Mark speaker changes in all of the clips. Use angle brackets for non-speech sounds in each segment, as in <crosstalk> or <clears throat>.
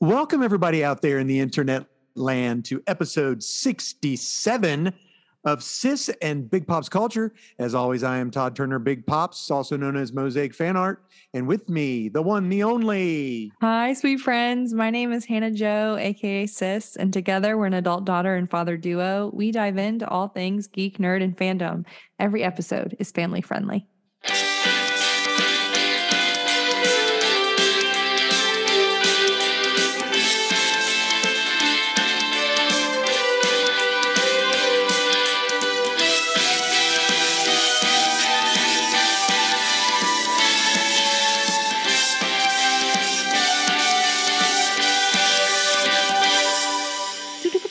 Speaker 1: Welcome, everybody out there in the internet land, to episode 67 of Sis and Big Pop's Culture. As always, I am Todd Turner, Big Pops, also known as Mosaic Fan Art. And with me, the one, the only.
Speaker 2: Hi, sweet friends. My name is Hannah Joe, aka Sis, and together we're an adult daughter and father duo. We dive into all things geek, nerd, and fandom. Every episode is family friendly.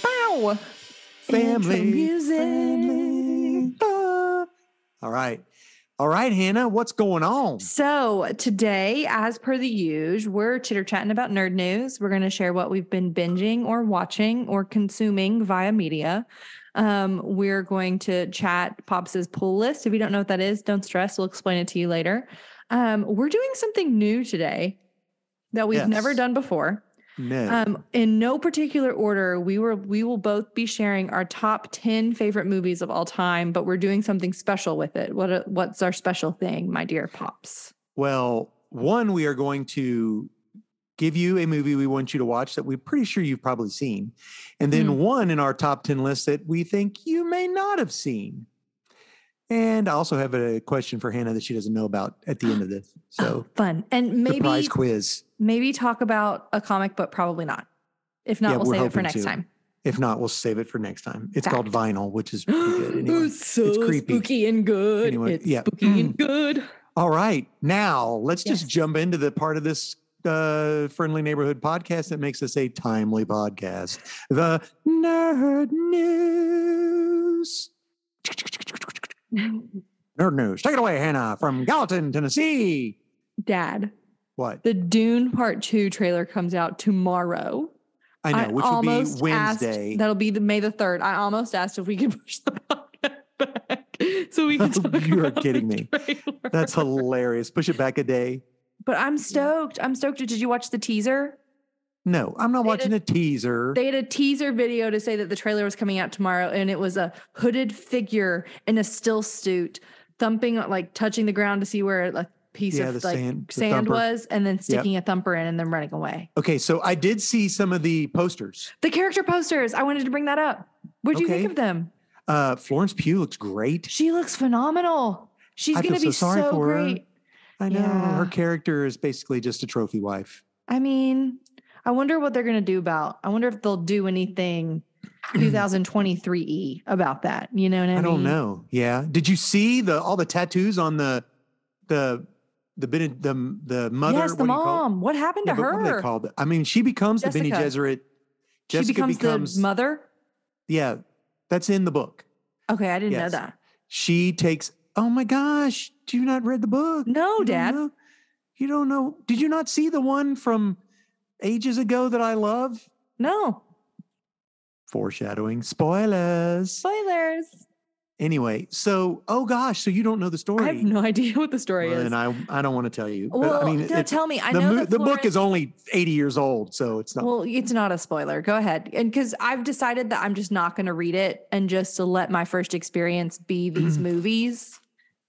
Speaker 2: Bow.
Speaker 1: Family.
Speaker 2: Intro music.
Speaker 1: family, ah. All right. All right, Hannah, what's going on?
Speaker 2: So today, as per the usual, we're chitter chatting about nerd news. We're going to share what we've been binging or watching or consuming via media. Um, we're going to chat Pops's pull list. If you don't know what that is, don't stress. We'll explain it to you later. Um, we're doing something new today that we've never
Speaker 1: Yes.
Speaker 2: done before.
Speaker 1: No.
Speaker 2: Um, in no particular order, we were we will both be sharing our top ten favorite movies of all time, but we're doing something special with it. What what's our special thing, my dear pops?
Speaker 1: Well, one, we are going to give you a movie we want you to watch that we're pretty sure you've probably seen. And then
Speaker 2: Mm.
Speaker 1: one in our top 10 list that we think you may not have seen. And I also have a question for Hannah that she doesn't know about at the end of
Speaker 2: <gasps>
Speaker 1: this. So,
Speaker 2: Oh, fun. And
Speaker 1: surprise
Speaker 2: maybe
Speaker 1: quiz.
Speaker 2: maybe talk about a comic, but probably not. If not,
Speaker 1: Yeah,
Speaker 2: we'll
Speaker 1: we're
Speaker 2: save it
Speaker 1: hoping
Speaker 2: for next
Speaker 1: to. <gasps>
Speaker 2: time.
Speaker 1: If not, we'll save it for next time. It's called Vinyl, which is pretty
Speaker 2: <gasps>
Speaker 1: good. Anyway.
Speaker 2: it's so
Speaker 1: creepy.
Speaker 2: spooky and good.
Speaker 1: Anyway,
Speaker 2: it's
Speaker 1: yeah. Mm.
Speaker 2: spooky and good.
Speaker 1: All right. Now let's just
Speaker 2: Yes.
Speaker 1: jump into the part of this uh, friendly neighborhood podcast that makes us a timely podcast the Nerd News. Nerd News. Take it away, Hannah, from Gallatin, Tennessee.
Speaker 2: <laughs> Dad,
Speaker 1: What?
Speaker 2: the Dune Part Two trailer comes out tomorrow.
Speaker 1: I know, which would be
Speaker 2: almost asked-
Speaker 1: Wednesday.
Speaker 2: that'll be the May the third. I almost asked if we could <laughs> push the podcast back
Speaker 1: <laughs>
Speaker 2: so we can. talk
Speaker 1: You are
Speaker 2: about the
Speaker 1: kidding me.
Speaker 2: trailer. <laughs>
Speaker 1: That's hilarious. Push it back a day.
Speaker 2: But I'm stoked. I'm stoked. Did you watch the teaser?
Speaker 1: No, I'm not
Speaker 2: They
Speaker 1: watching a teaser.
Speaker 2: They had a teaser video to say that the trailer was coming out tomorrow, and it was a hooded figure in a still suit thumping, like touching the ground to see where a piece
Speaker 1: yeah, the
Speaker 2: of like sand,
Speaker 1: sand, the thumper.
Speaker 2: was, and then sticking a thumper in and then running away.
Speaker 1: Okay, so I did see some of the posters.
Speaker 2: The character posters. I wanted to bring that up. What do you
Speaker 1: Okay.
Speaker 2: think of them?
Speaker 1: Uh, Florence Pugh looks great.
Speaker 2: She looks phenomenal. She's
Speaker 1: I feel
Speaker 2: going to be
Speaker 1: so sorry
Speaker 2: so
Speaker 1: for her.
Speaker 2: great.
Speaker 1: I know her
Speaker 2: Yeah.
Speaker 1: character is basically just a trophy wife.
Speaker 2: I mean, I wonder what they're going to do about. I wonder if they'll
Speaker 1: <clears throat>
Speaker 2: do anything 2023e about that. You know what I,
Speaker 1: I,
Speaker 2: mean?
Speaker 1: don't know. Yeah. Did you see the all the tattoos on the the the Bene, the the mother?
Speaker 2: yes,
Speaker 1: what
Speaker 2: the
Speaker 1: do you call it?
Speaker 2: mom. What happened
Speaker 1: Yeah,
Speaker 2: to
Speaker 1: but what
Speaker 2: her?
Speaker 1: do they call it? I mean, she becomes the Bene
Speaker 2: Jessica.
Speaker 1: Gesserit.
Speaker 2: she
Speaker 1: Jessica
Speaker 2: becomes, the mother.
Speaker 1: Yeah, that's in the book.
Speaker 2: Okay, I didn't
Speaker 1: Yes.
Speaker 2: know that.
Speaker 1: She takes. Oh my gosh! Do you not read the book?
Speaker 2: No,
Speaker 1: You don't
Speaker 2: Dad.
Speaker 1: know- you don't know. Did you not see the one from ages ago that I love?
Speaker 2: No
Speaker 1: Foreshadowing. Spoilers.
Speaker 2: spoilers.
Speaker 1: Anyway, so oh gosh, so you don't know the story.
Speaker 2: I have no idea what the story
Speaker 1: Well,
Speaker 2: is.
Speaker 1: then I I don't want to tell you. but
Speaker 2: well,
Speaker 1: I mean,
Speaker 2: no,
Speaker 1: it's,
Speaker 2: tell me. I
Speaker 1: the,
Speaker 2: know
Speaker 1: mo-
Speaker 2: that
Speaker 1: the book is
Speaker 2: Florence-
Speaker 1: only 80 years old, so it's not.
Speaker 2: Well, it's not a spoiler. Go ahead, and because I've decided that I'm just not going to read it, and just to let my first
Speaker 1: <clears throat>
Speaker 2: experience be these movies,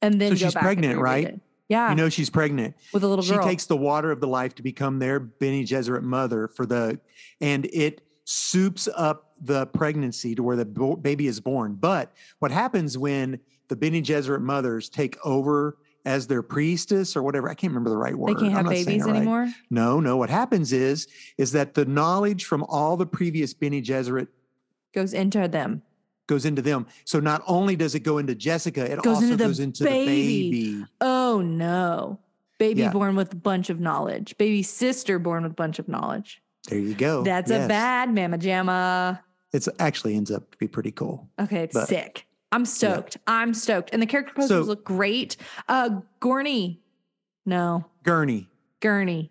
Speaker 2: and then
Speaker 1: So
Speaker 2: go
Speaker 1: she's
Speaker 2: back and
Speaker 1: pregnant,
Speaker 2: reread
Speaker 1: right?
Speaker 2: it. Yeah,
Speaker 1: you know, she's pregnant.
Speaker 2: with a little
Speaker 1: She
Speaker 2: girl.
Speaker 1: takes the water of the life to become their Benny Gesserit mother for the, and it soups up the pregnancy to where the bo- baby is born. But what happens when the Benny Gesserit mothers take over as their priestess or whatever? I can't remember the right word.
Speaker 2: they can't
Speaker 1: I'm
Speaker 2: have
Speaker 1: not saying
Speaker 2: babies
Speaker 1: it right.
Speaker 2: anymore.
Speaker 1: No, no. What happens is, is that the knowledge from all the previous Benny Gesserit
Speaker 2: Goes into them.
Speaker 1: goes into them. So not only does it go into Jessica, it
Speaker 2: Goes
Speaker 1: also
Speaker 2: into the
Speaker 1: goes into
Speaker 2: baby.
Speaker 1: the baby.
Speaker 2: Oh no. Baby
Speaker 1: Yeah.
Speaker 2: born with a bunch of knowledge. Baby sister born with a bunch of knowledge.
Speaker 1: There you go.
Speaker 2: That's a
Speaker 1: Yes.
Speaker 2: bad mama jamma.
Speaker 1: It's actually ends up to be pretty cool.
Speaker 2: Okay, it's
Speaker 1: But-
Speaker 2: sick. I'm stoked. I'm stoked. And the character posters
Speaker 1: So-
Speaker 2: look great. Uh Gorney. No,
Speaker 1: Gurney.
Speaker 2: Gurney.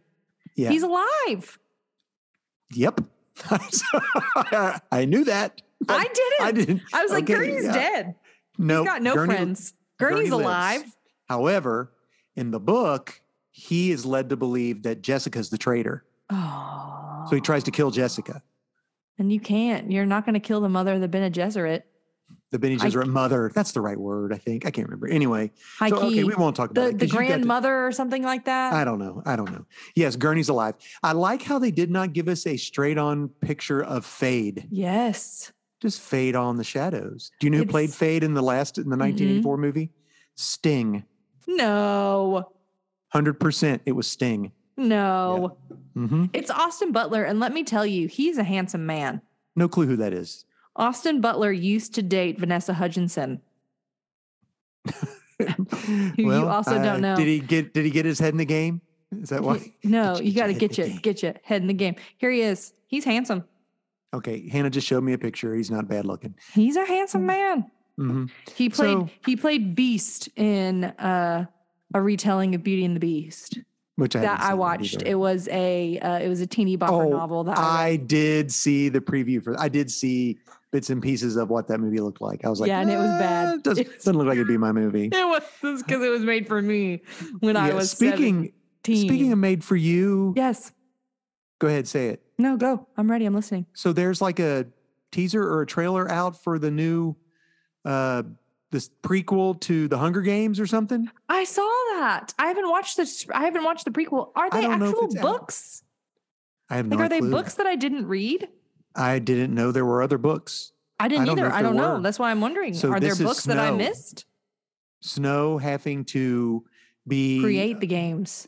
Speaker 1: Yeah.
Speaker 2: He's alive.
Speaker 1: yep. <laughs> I knew that.
Speaker 2: I did it.
Speaker 1: I
Speaker 2: I,
Speaker 1: didn't.
Speaker 2: was like,
Speaker 1: Okay,
Speaker 2: Gurney's
Speaker 1: yeah.
Speaker 2: dead.
Speaker 1: No.
Speaker 2: He's got no
Speaker 1: Gurney-
Speaker 2: friends.
Speaker 1: Gurney
Speaker 2: Gurney's
Speaker 1: lives.
Speaker 2: alive.
Speaker 1: However, in the book, he is led to believe that Jessica's the traitor.
Speaker 2: Oh.
Speaker 1: So he tries to kill Jessica,
Speaker 2: And you can't. You're not going to kill the mother of the Bene Gesserit.
Speaker 1: the Bene
Speaker 2: I-
Speaker 1: Gesserit mother. That's the right word, I think. I can't remember. Anyway,
Speaker 2: High
Speaker 1: so, okay,
Speaker 2: key.
Speaker 1: we won't talk about
Speaker 2: the
Speaker 1: it.
Speaker 2: the
Speaker 1: 'cause you've got to-
Speaker 2: grandmother or something like that.
Speaker 1: I don't know. I don't know. Yes, Gurney's alive. I like how they did not give us a straight on picture of Fade.
Speaker 2: yes.
Speaker 1: Just Fade on the shadows. Do you know who played
Speaker 2: It's- Mm-hmm.
Speaker 1: Fade in the last in the 1984 movie? Sting.
Speaker 2: No.
Speaker 1: 100% it was Sting.
Speaker 2: No.
Speaker 1: hmm
Speaker 2: It's Austin Butler. And let me tell you, he's a handsome man.
Speaker 1: No clue who that
Speaker 2: <laughs>
Speaker 1: is.
Speaker 2: Austin Butler used to date Vanessa Hutchinson. you also don't know.
Speaker 1: Did he get did he get his head in the game? Is that
Speaker 2: <laughs>
Speaker 1: why?
Speaker 2: No,
Speaker 1: Get
Speaker 2: you
Speaker 1: your
Speaker 2: got
Speaker 1: head
Speaker 2: to
Speaker 1: in
Speaker 2: get
Speaker 1: the
Speaker 2: you,
Speaker 1: game.
Speaker 2: get your head in the game. Here he is. He's handsome.
Speaker 1: Okay, Hannah just showed me a picture. He's not bad looking.
Speaker 2: He's a handsome man.
Speaker 1: hmm
Speaker 2: He played
Speaker 1: So-
Speaker 2: he played Beast in uh, a retelling of Beauty and the Beast
Speaker 1: Which I
Speaker 2: that
Speaker 1: haven't seen
Speaker 2: I
Speaker 1: yet
Speaker 2: watched.
Speaker 1: either.
Speaker 2: It was a uh, it was a teeny bopper
Speaker 1: Oh,
Speaker 2: novel that I, read.
Speaker 1: I did see the preview for. I did see bits and pieces of what that movie looked like. I was like,
Speaker 2: Yeah, and it was bad.
Speaker 1: "Ah, it doesn't,
Speaker 2: It's-
Speaker 1: doesn't look like it'd be my movie.
Speaker 2: it was because it was made for me <laughs> when I
Speaker 1: Yeah,
Speaker 2: was
Speaker 1: speaking.
Speaker 2: 17.
Speaker 1: Speaking of made for you,
Speaker 2: yes,
Speaker 1: go ahead say it.
Speaker 2: no, go. I'm ready. I'm listening.
Speaker 1: So there's like a teaser or a trailer out for the new, uh, this prequel to the Hunger Games or something.
Speaker 2: I saw that. I haven't watched this. I haven't watched the prequel. Are they
Speaker 1: don't know if
Speaker 2: actual
Speaker 1: it's out.
Speaker 2: books?
Speaker 1: I have
Speaker 2: Like,
Speaker 1: no
Speaker 2: are they
Speaker 1: clue.
Speaker 2: books that I didn't read?
Speaker 1: I didn't know there were other books.
Speaker 2: I didn't
Speaker 1: don't know
Speaker 2: either.
Speaker 1: if
Speaker 2: I
Speaker 1: there
Speaker 2: don't know.
Speaker 1: were.
Speaker 2: That's why I'm wondering.
Speaker 1: So
Speaker 2: are there
Speaker 1: this is
Speaker 2: books that I
Speaker 1: Snow.
Speaker 2: missed?
Speaker 1: Snow having to be
Speaker 2: Create the games.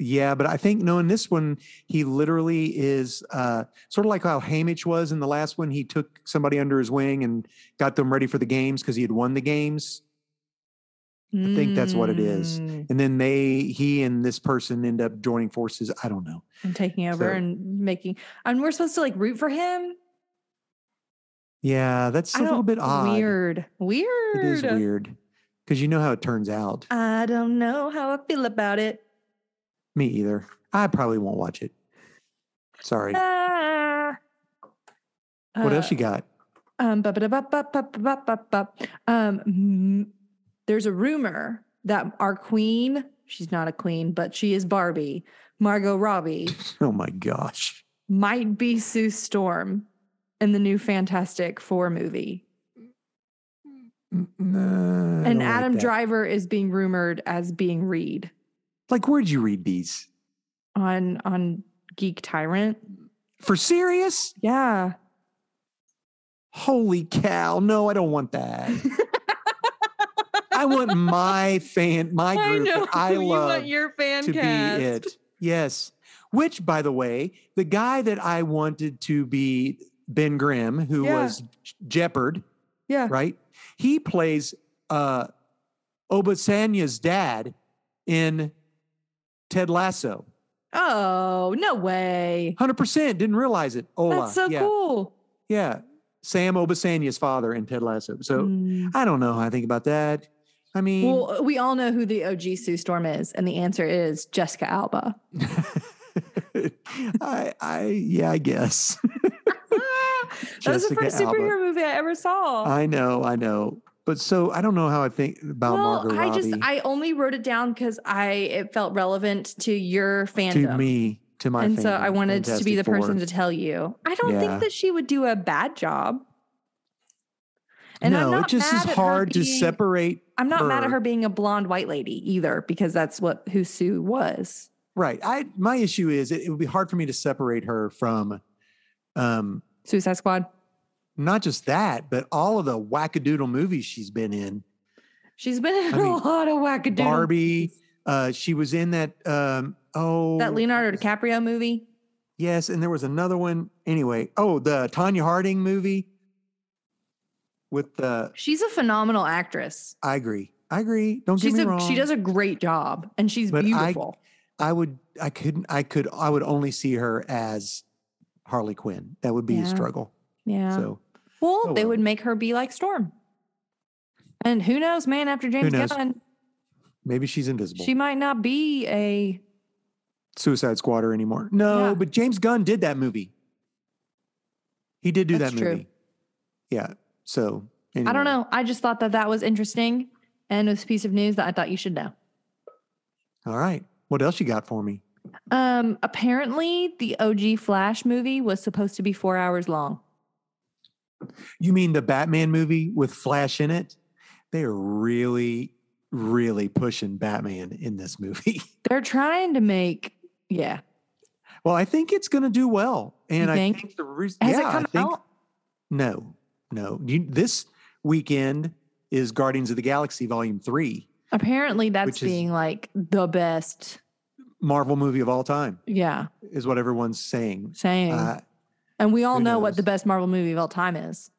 Speaker 1: Yeah, but I think no, in this one, he literally is uh, sort of like how Hamish was in the last one. He took somebody under his wing and got them ready for the games because he had won the games. I think that's what it is.
Speaker 2: Mm,
Speaker 1: And then they, he and this person end up joining forces. I don't know.
Speaker 2: And taking over
Speaker 1: So-
Speaker 2: and making. And we're supposed to like root for him.
Speaker 1: Yeah, that's
Speaker 2: I
Speaker 1: a little
Speaker 2: don't-
Speaker 1: bit odd.
Speaker 2: Weird. Weird.
Speaker 1: It is weird because you know how it turns out.
Speaker 2: I don't know how I feel about it.
Speaker 1: Me either. I probably won't watch it. Sorry.
Speaker 2: Ah.
Speaker 1: What
Speaker 2: Uh,
Speaker 1: else you got?
Speaker 2: Um, ba- ba- da- ba- ba- ba- ba- ba- ba- ba. um, mm, there's a rumor that our queen, she's not a queen, but she is Barbie, Margot Robbie,
Speaker 1: Oh my gosh.
Speaker 2: might be Sue Storm in the new Fantastic Four movie.
Speaker 1: N- nah, I
Speaker 2: and
Speaker 1: don't like
Speaker 2: Adam
Speaker 1: that.
Speaker 2: Driver is being rumored as being Reed
Speaker 1: Like, where'd you read these?
Speaker 2: on on Geek Tyrant.
Speaker 1: For serious?
Speaker 2: <laughs> Yeah.
Speaker 1: Holy cow. No, I don't want that. I want my fan,
Speaker 2: <laughs>
Speaker 1: my group that I
Speaker 2: you
Speaker 1: love
Speaker 2: want your fan
Speaker 1: to
Speaker 2: cast. <laughs>
Speaker 1: be it. Yes. Which, by the way, the guy that I wanted to be Ben Grimm, who
Speaker 2: Yeah.
Speaker 1: was Jeopard,
Speaker 2: Yeah.
Speaker 1: right? He plays uh Obasanya's dad in Ted Lasso.
Speaker 2: Oh, no way.
Speaker 1: 100% didn't realize it. Ola.
Speaker 2: That's so
Speaker 1: yeah.
Speaker 2: cool.
Speaker 1: Yeah. Sam Obasanya's father in Ted Lasso. So
Speaker 2: Mm.
Speaker 1: I don't know how I think about that. I mean,
Speaker 2: Well, we all know who the OG Sue Storm is, and the answer is Jessica Alba. <laughs>
Speaker 1: <laughs> I, I, yeah, I guess. <laughs>
Speaker 2: that was
Speaker 1: Jessica
Speaker 2: the first
Speaker 1: Alba.
Speaker 2: superhero movie I ever saw.
Speaker 1: I know, I know. But so I don't know how I think about
Speaker 2: well,
Speaker 1: Margot
Speaker 2: I just
Speaker 1: Robbie
Speaker 2: I only wrote it down because I it felt relevant to your fandom,
Speaker 1: to me, to my,
Speaker 2: and so
Speaker 1: fandom,
Speaker 2: I wanted to be
Speaker 1: Fantastic
Speaker 2: the person
Speaker 1: Four.
Speaker 2: to tell you. I don't
Speaker 1: Yeah.
Speaker 2: think that she would do a bad job.
Speaker 1: no, it just is
Speaker 2: mad at her
Speaker 1: hard to
Speaker 2: being-
Speaker 1: separate.
Speaker 2: I'm not mad at
Speaker 1: her.
Speaker 2: her being a blonde white lady either, because that's what who Sue was.
Speaker 1: Right. I my issue is it, it would be hard for me to separate her from, um,
Speaker 2: Suicide Squad.
Speaker 1: not just that, but all of the wackadoodle movies she's been in.
Speaker 2: She's been in
Speaker 1: I mean,
Speaker 2: <laughs> a lot of wackadoodle.
Speaker 1: Barbie.
Speaker 2: movies.
Speaker 1: Uh, she was in that. Um, oh,
Speaker 2: That Leonardo DiCaprio movie.
Speaker 1: Yes, and there was another one. Anyway, oh, the Tanya Harding movie with the.
Speaker 2: She's a phenomenal actress.
Speaker 1: I agree. I agree. Don't
Speaker 2: She's
Speaker 1: get me
Speaker 2: a
Speaker 1: wrong.
Speaker 2: she does a great job and she's
Speaker 1: But I-
Speaker 2: beautiful.
Speaker 1: I would. I couldn't. I could. I would only see her as Harley Quinn. That would be a
Speaker 2: Yeah.
Speaker 1: struggle.
Speaker 2: yeah.
Speaker 1: So
Speaker 2: well,
Speaker 1: oh
Speaker 2: they
Speaker 1: well.
Speaker 2: would make her be like Storm. And who knows, man, after James
Speaker 1: knows?
Speaker 2: Gunn,
Speaker 1: maybe she's invisible.
Speaker 2: she might not be a
Speaker 1: Suicide Squatter anymore. No,
Speaker 2: Yeah.
Speaker 1: but James Gunn did that movie. He did do
Speaker 2: That's
Speaker 1: that
Speaker 2: true.
Speaker 1: movie. Yeah. So
Speaker 2: I
Speaker 1: anyway.
Speaker 2: don't know. I just thought that that was interesting and it was a piece of news that I thought you should know.
Speaker 1: All right. What else you got for me?
Speaker 2: Um, apparently, the OG Flash movie was supposed to be four hours long.
Speaker 1: You mean the Batman movie with Flash in it? They are really, really pushing Batman in this movie. <laughs>
Speaker 2: They're trying to make, yeah.
Speaker 1: Well, I think it's going to do well, and
Speaker 2: You
Speaker 1: I
Speaker 2: think?
Speaker 1: think the reason
Speaker 2: Has
Speaker 1: yeah,
Speaker 2: it
Speaker 1: I
Speaker 2: come
Speaker 1: think-
Speaker 2: out?
Speaker 1: No, no. You, this weekend is Guardians of the Galaxy Volume Three,
Speaker 2: Apparently, that's
Speaker 1: Which is-
Speaker 2: being like the best.
Speaker 1: Marvel movie of all time,
Speaker 2: Yeah,
Speaker 1: is what everyone's saying.
Speaker 2: saying.
Speaker 1: Uh,
Speaker 2: and we all
Speaker 1: who
Speaker 2: know what the
Speaker 1: knows?
Speaker 2: best Marvel movie of all time is,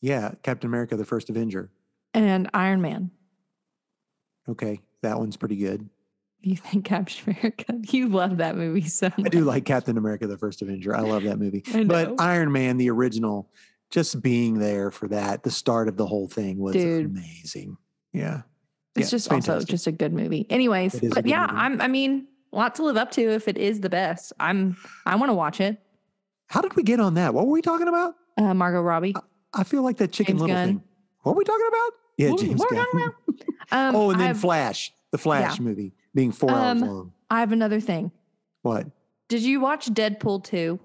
Speaker 1: yeah, Captain America: The First Avenger.
Speaker 2: and Iron Man.
Speaker 1: Okay, that one's pretty good.
Speaker 2: You think <laughs> Captain America? You love that movie so
Speaker 1: I
Speaker 2: much.
Speaker 1: do like Captain America: The First Avenger. I love that movie.
Speaker 2: I know.
Speaker 1: But Iron Man, the original, just being there for that, the start of the whole thing was
Speaker 2: Dude.
Speaker 1: amazing. Yeah. yeah,
Speaker 2: it's just also
Speaker 1: fantastic.
Speaker 2: just a good movie. Anyways,
Speaker 1: It is a
Speaker 2: but
Speaker 1: good
Speaker 2: yeah,
Speaker 1: movie.
Speaker 2: I'm. I mean, a lot to live up to if it is the best. I'm. I want to watch it.
Speaker 1: How did we get on that? What were we talking about?
Speaker 2: Uh, Margot Robbie.
Speaker 1: I feel like that chicken
Speaker 2: James
Speaker 1: little
Speaker 2: Gunn.
Speaker 1: thing. What were we talking about? Yeah,
Speaker 2: What-
Speaker 1: James
Speaker 2: what
Speaker 1: Gunn.
Speaker 2: are we talking
Speaker 1: <laughs>
Speaker 2: Um,
Speaker 1: oh, and
Speaker 2: I
Speaker 1: then
Speaker 2: have,
Speaker 1: Flash, the Flash movie being four hours
Speaker 2: Um,
Speaker 1: long.
Speaker 2: I have another thing.
Speaker 1: What?
Speaker 2: Did you watch Deadpool two?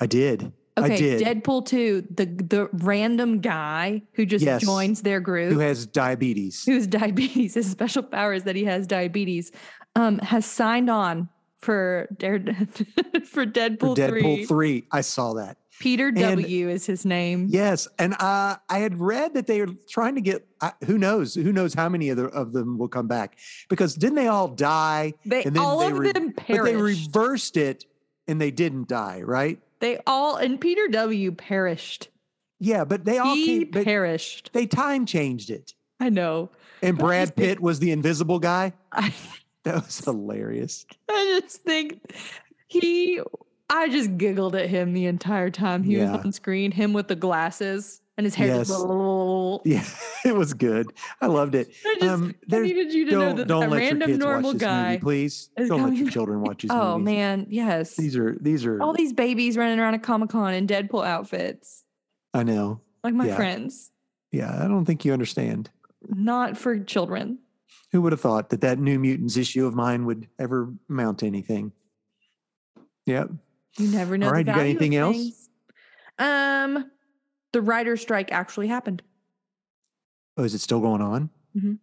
Speaker 1: I did.
Speaker 2: Okay,
Speaker 1: I did.
Speaker 2: Deadpool two. The the random guy who just
Speaker 1: Yes.
Speaker 2: joins their group.
Speaker 1: Who has diabetes?
Speaker 2: <laughs> whose diabetes, his special power is that he has diabetes, um, has signed on for Dare <laughs> for Deadpool,
Speaker 1: For Deadpool
Speaker 2: 3.
Speaker 1: 3. I saw that.
Speaker 2: Peter W is his name.
Speaker 1: Yes, and uh, I had read that they are trying to get. Uh, who knows? Who knows how many of, the, of them will come back? Because didn't they all die?
Speaker 2: They
Speaker 1: and then
Speaker 2: all
Speaker 1: they
Speaker 2: of
Speaker 1: re-
Speaker 2: them
Speaker 1: But they
Speaker 2: perished. They,
Speaker 1: reversed it, and they didn't die, right?
Speaker 2: all and Peter W perished.
Speaker 1: Yeah, but they all
Speaker 2: He
Speaker 1: came, but
Speaker 2: perished.
Speaker 1: they time changed it.
Speaker 2: I know. <laughs>
Speaker 1: And
Speaker 2: But I
Speaker 1: Brad
Speaker 2: just think-
Speaker 1: Pitt was the invisible guy.
Speaker 2: I,
Speaker 1: That was hilarious. <laughs>
Speaker 2: I just think he. I just giggled at him the entire time he
Speaker 1: Yeah.
Speaker 2: was on screen. Him with the glasses and his hair. just-
Speaker 1: Yes. Yeah, it was good. I loved it.
Speaker 2: I just
Speaker 1: Um,
Speaker 2: I
Speaker 1: there,
Speaker 2: needed you to know
Speaker 1: don't
Speaker 2: that
Speaker 1: don't
Speaker 2: that
Speaker 1: let your
Speaker 2: random
Speaker 1: kids watch
Speaker 2: normal
Speaker 1: this
Speaker 2: guy.
Speaker 1: movie, please. Don't
Speaker 2: is
Speaker 1: let
Speaker 2: coming
Speaker 1: your
Speaker 2: back.
Speaker 1: children
Speaker 2: <laughs>
Speaker 1: watch these
Speaker 2: Oh
Speaker 1: movies.
Speaker 2: man, yes.
Speaker 1: These are these are.
Speaker 2: All these babies running around at Comic Con in Deadpool outfits,
Speaker 1: I know.
Speaker 2: like my
Speaker 1: Yeah.
Speaker 2: friends,
Speaker 1: Yeah, I don't think you understand.
Speaker 2: not for children.
Speaker 1: Who would have thought that that New Mutants issue of mine would ever mount to anything? Yep.
Speaker 2: You never know.
Speaker 1: All
Speaker 2: the
Speaker 1: right, you got
Speaker 2: value of
Speaker 1: anything else?
Speaker 2: things. Um, the writer strike actually happened.
Speaker 1: Oh, is it still going on?
Speaker 2: Mhm.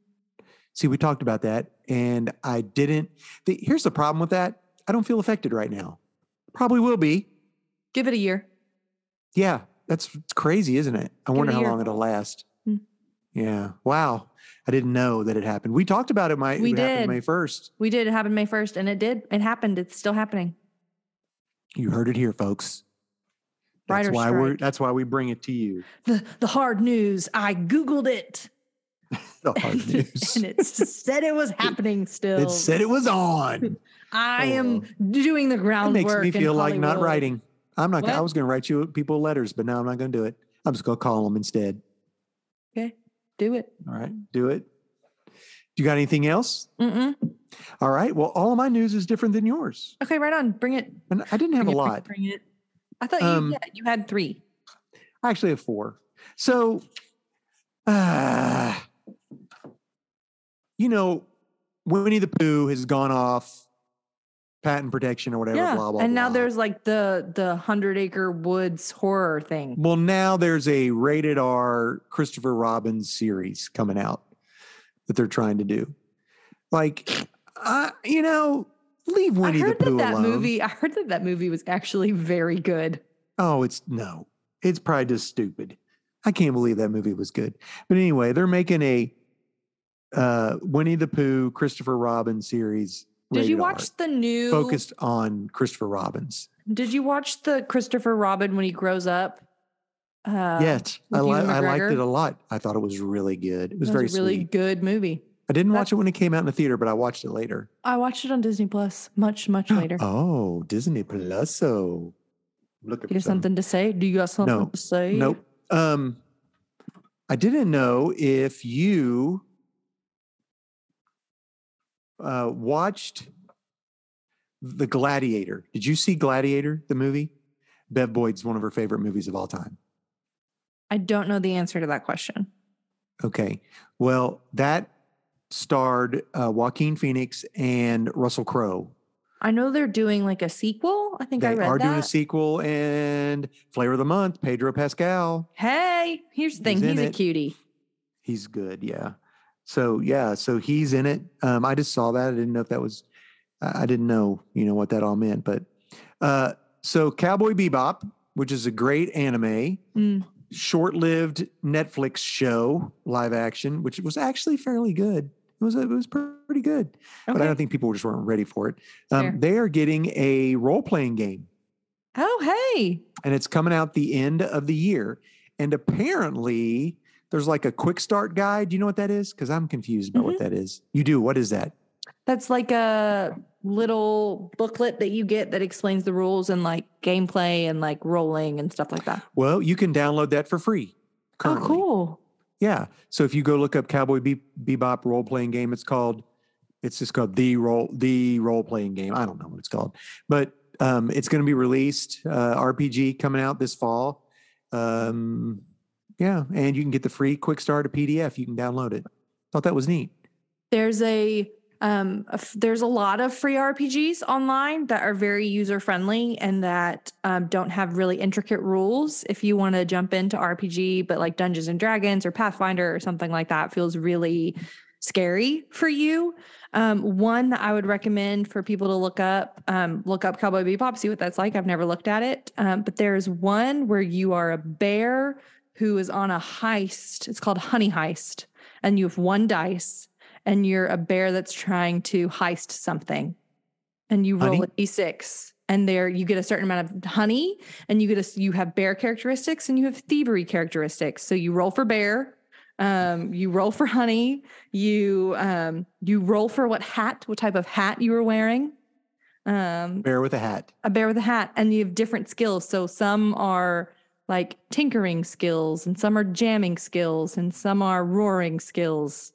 Speaker 1: See, we talked about that, and I didn't. The, here's the problem with that: I don't feel affected right now. Probably will be.
Speaker 2: Give it a year.
Speaker 1: Yeah, that's it's crazy, isn't it? I
Speaker 2: Give it
Speaker 1: wonder
Speaker 2: a
Speaker 1: how
Speaker 2: year.
Speaker 1: long it'll last.
Speaker 2: Mm.
Speaker 1: Yeah. Wow. I didn't know that it happened. We talked about it. My
Speaker 2: We
Speaker 1: it happened
Speaker 2: did.
Speaker 1: May first.
Speaker 2: We did. It happened May first, and it did. It happened. It's still happening.
Speaker 1: You heard it here, folks. That's
Speaker 2: Writer's
Speaker 1: why we
Speaker 2: strike.
Speaker 1: that's why we bring it to
Speaker 2: <laughs>
Speaker 1: you.
Speaker 2: The the hard news. I googled it,
Speaker 1: The hard news.
Speaker 2: <laughs> and it said
Speaker 1: <laughs>
Speaker 2: it was happening. Still,
Speaker 1: it said it was
Speaker 2: <laughs>
Speaker 1: on.
Speaker 2: I
Speaker 1: Oh.
Speaker 2: am doing the
Speaker 1: It
Speaker 2: groundwork.
Speaker 1: makes me
Speaker 2: in
Speaker 1: feel like not
Speaker 2: Hollywood.
Speaker 1: writing. I'm not. I
Speaker 2: What?
Speaker 1: was going to write you people letters, but now I'm not going to do it. I'm just going to call them instead.
Speaker 2: Do it.
Speaker 1: All right, do it. You got anything else?
Speaker 2: Mm-mm.
Speaker 1: All right. Well, all of my news is different than yours,
Speaker 2: Okay, right on. Bring it.
Speaker 1: and I didn't have a
Speaker 2: Bring it, bring it,
Speaker 1: lot.
Speaker 2: Bring it. I thought
Speaker 1: Um,
Speaker 2: you, yeah, you had three.
Speaker 1: I actually have four. So, ah, you know, Winnie the Pooh has gone off patent protection or whatever.
Speaker 2: yeah,
Speaker 1: blah blah.
Speaker 2: and now
Speaker 1: blah.
Speaker 2: there's like the the hundred acre woods horror thing.
Speaker 1: Well, now there's a rated R Christopher Robin series coming out that they're trying to do. Like, uh, you know, leave Winnie
Speaker 2: I heard
Speaker 1: the Pooh
Speaker 2: that that
Speaker 1: alone.
Speaker 2: movie. I heard that that movie was actually very good.
Speaker 1: Oh, it's no, it's probably just stupid. I can't believe that movie was good. But anyway, they're making a uh, Winnie the Pooh Christopher Robin series.
Speaker 2: Did you
Speaker 1: rated R,
Speaker 2: watch the new?
Speaker 1: focused on Christopher Robbins?
Speaker 2: Did you watch the Christopher Robin when he grows up? Uh,
Speaker 1: yes, I,
Speaker 2: with
Speaker 1: li-
Speaker 2: Ewan
Speaker 1: I liked it
Speaker 2: McGregor?
Speaker 1: a lot. I thought it was really good. It was
Speaker 2: that
Speaker 1: very
Speaker 2: a really
Speaker 1: sweet.
Speaker 2: good movie.
Speaker 1: I didn't watch it when it came out in the theater, but I watched it later.
Speaker 2: I watched it on Disney Plus much
Speaker 1: <gasps>
Speaker 2: much later.
Speaker 1: Oh, Disney Plus. oh. So look at
Speaker 2: you got something to say? Do you got something
Speaker 1: No.
Speaker 2: to say?
Speaker 1: Nope. Um, I didn't know if you uh, watched The Gladiator. Did you see Gladiator, the movie? Bev Boyd's one of her favorite movies of all time.
Speaker 2: I don't know the answer to that question.
Speaker 1: Okay. Well, that starred uh, Joaquin Phoenix and Russell Crowe.
Speaker 2: I know they're doing like a sequel. I think I
Speaker 1: They
Speaker 2: read
Speaker 1: are doing a
Speaker 2: that.
Speaker 1: sequel and Flavor of the Month, Pedro Pascal.
Speaker 2: hey, here's the thing.
Speaker 1: He's
Speaker 2: He's,
Speaker 1: in
Speaker 2: a
Speaker 1: it.
Speaker 2: cutie.
Speaker 1: He's good, yeah. So yeah, so he's in it. Um, I just saw that. I didn't know if that was I I didn't know, you know, what that all meant, but uh so Cowboy Bebop, which is a great anime,
Speaker 2: Mm.
Speaker 1: short-lived Netflix show, live action, which was actually fairly good. It was it was pretty good. But I
Speaker 2: Okay.
Speaker 1: don't think people just weren't ready for it.
Speaker 2: Fair.
Speaker 1: Um, they are getting a role-playing game
Speaker 2: Oh, hey.
Speaker 1: and it's coming out the end of the year. And apparently, there's like a quick start guide. Do you know what that is? Because I'm confused about
Speaker 2: Mm-hmm.
Speaker 1: what that is. You do. What is that?
Speaker 2: That's like a little booklet that you get that explains the rules and like gameplay and like rolling and stuff like that.
Speaker 1: Well, you can download that for free. Currently.
Speaker 2: Oh, cool.
Speaker 1: Yeah. So if you go look up Cowboy Be- Bebop role playing game, it's called. It's just called the role the role playing game. I don't know what it's called, but um, it's going to be released uh, RPG coming out this fall. Um, yeah, and you can get the free quick start a PDF. You can download it. Thought that was neat.
Speaker 2: There's a um a f- there's a lot of free RPGs online that are very user friendly and that um, don't have really intricate rules. If you want to jump into RPG, but like Dungeons and Dragons or Pathfinder or something like that feels really scary for you. Um, one that I would recommend for people to look up, um, look up Cowboy Bebop, see what that's like. I've never looked at it, um, but there's one where you are a bear who is on a heist. It's called Honey Heist, and you have one dice, and you're a bear that's trying to heist something, and you roll
Speaker 1: Honey?
Speaker 2: a d6. And there, you get a certain amount of honey, and you get a s- you have bear characteristics, and you have thievery characteristics. So you roll for bear, um, you roll for honey, you um you roll for what hat what type of hat you were wearing um
Speaker 1: Bear with a hat.
Speaker 2: a bear with a hat and you have different skills so some are like tinkering skills and some are jamming skills and some are roaring skills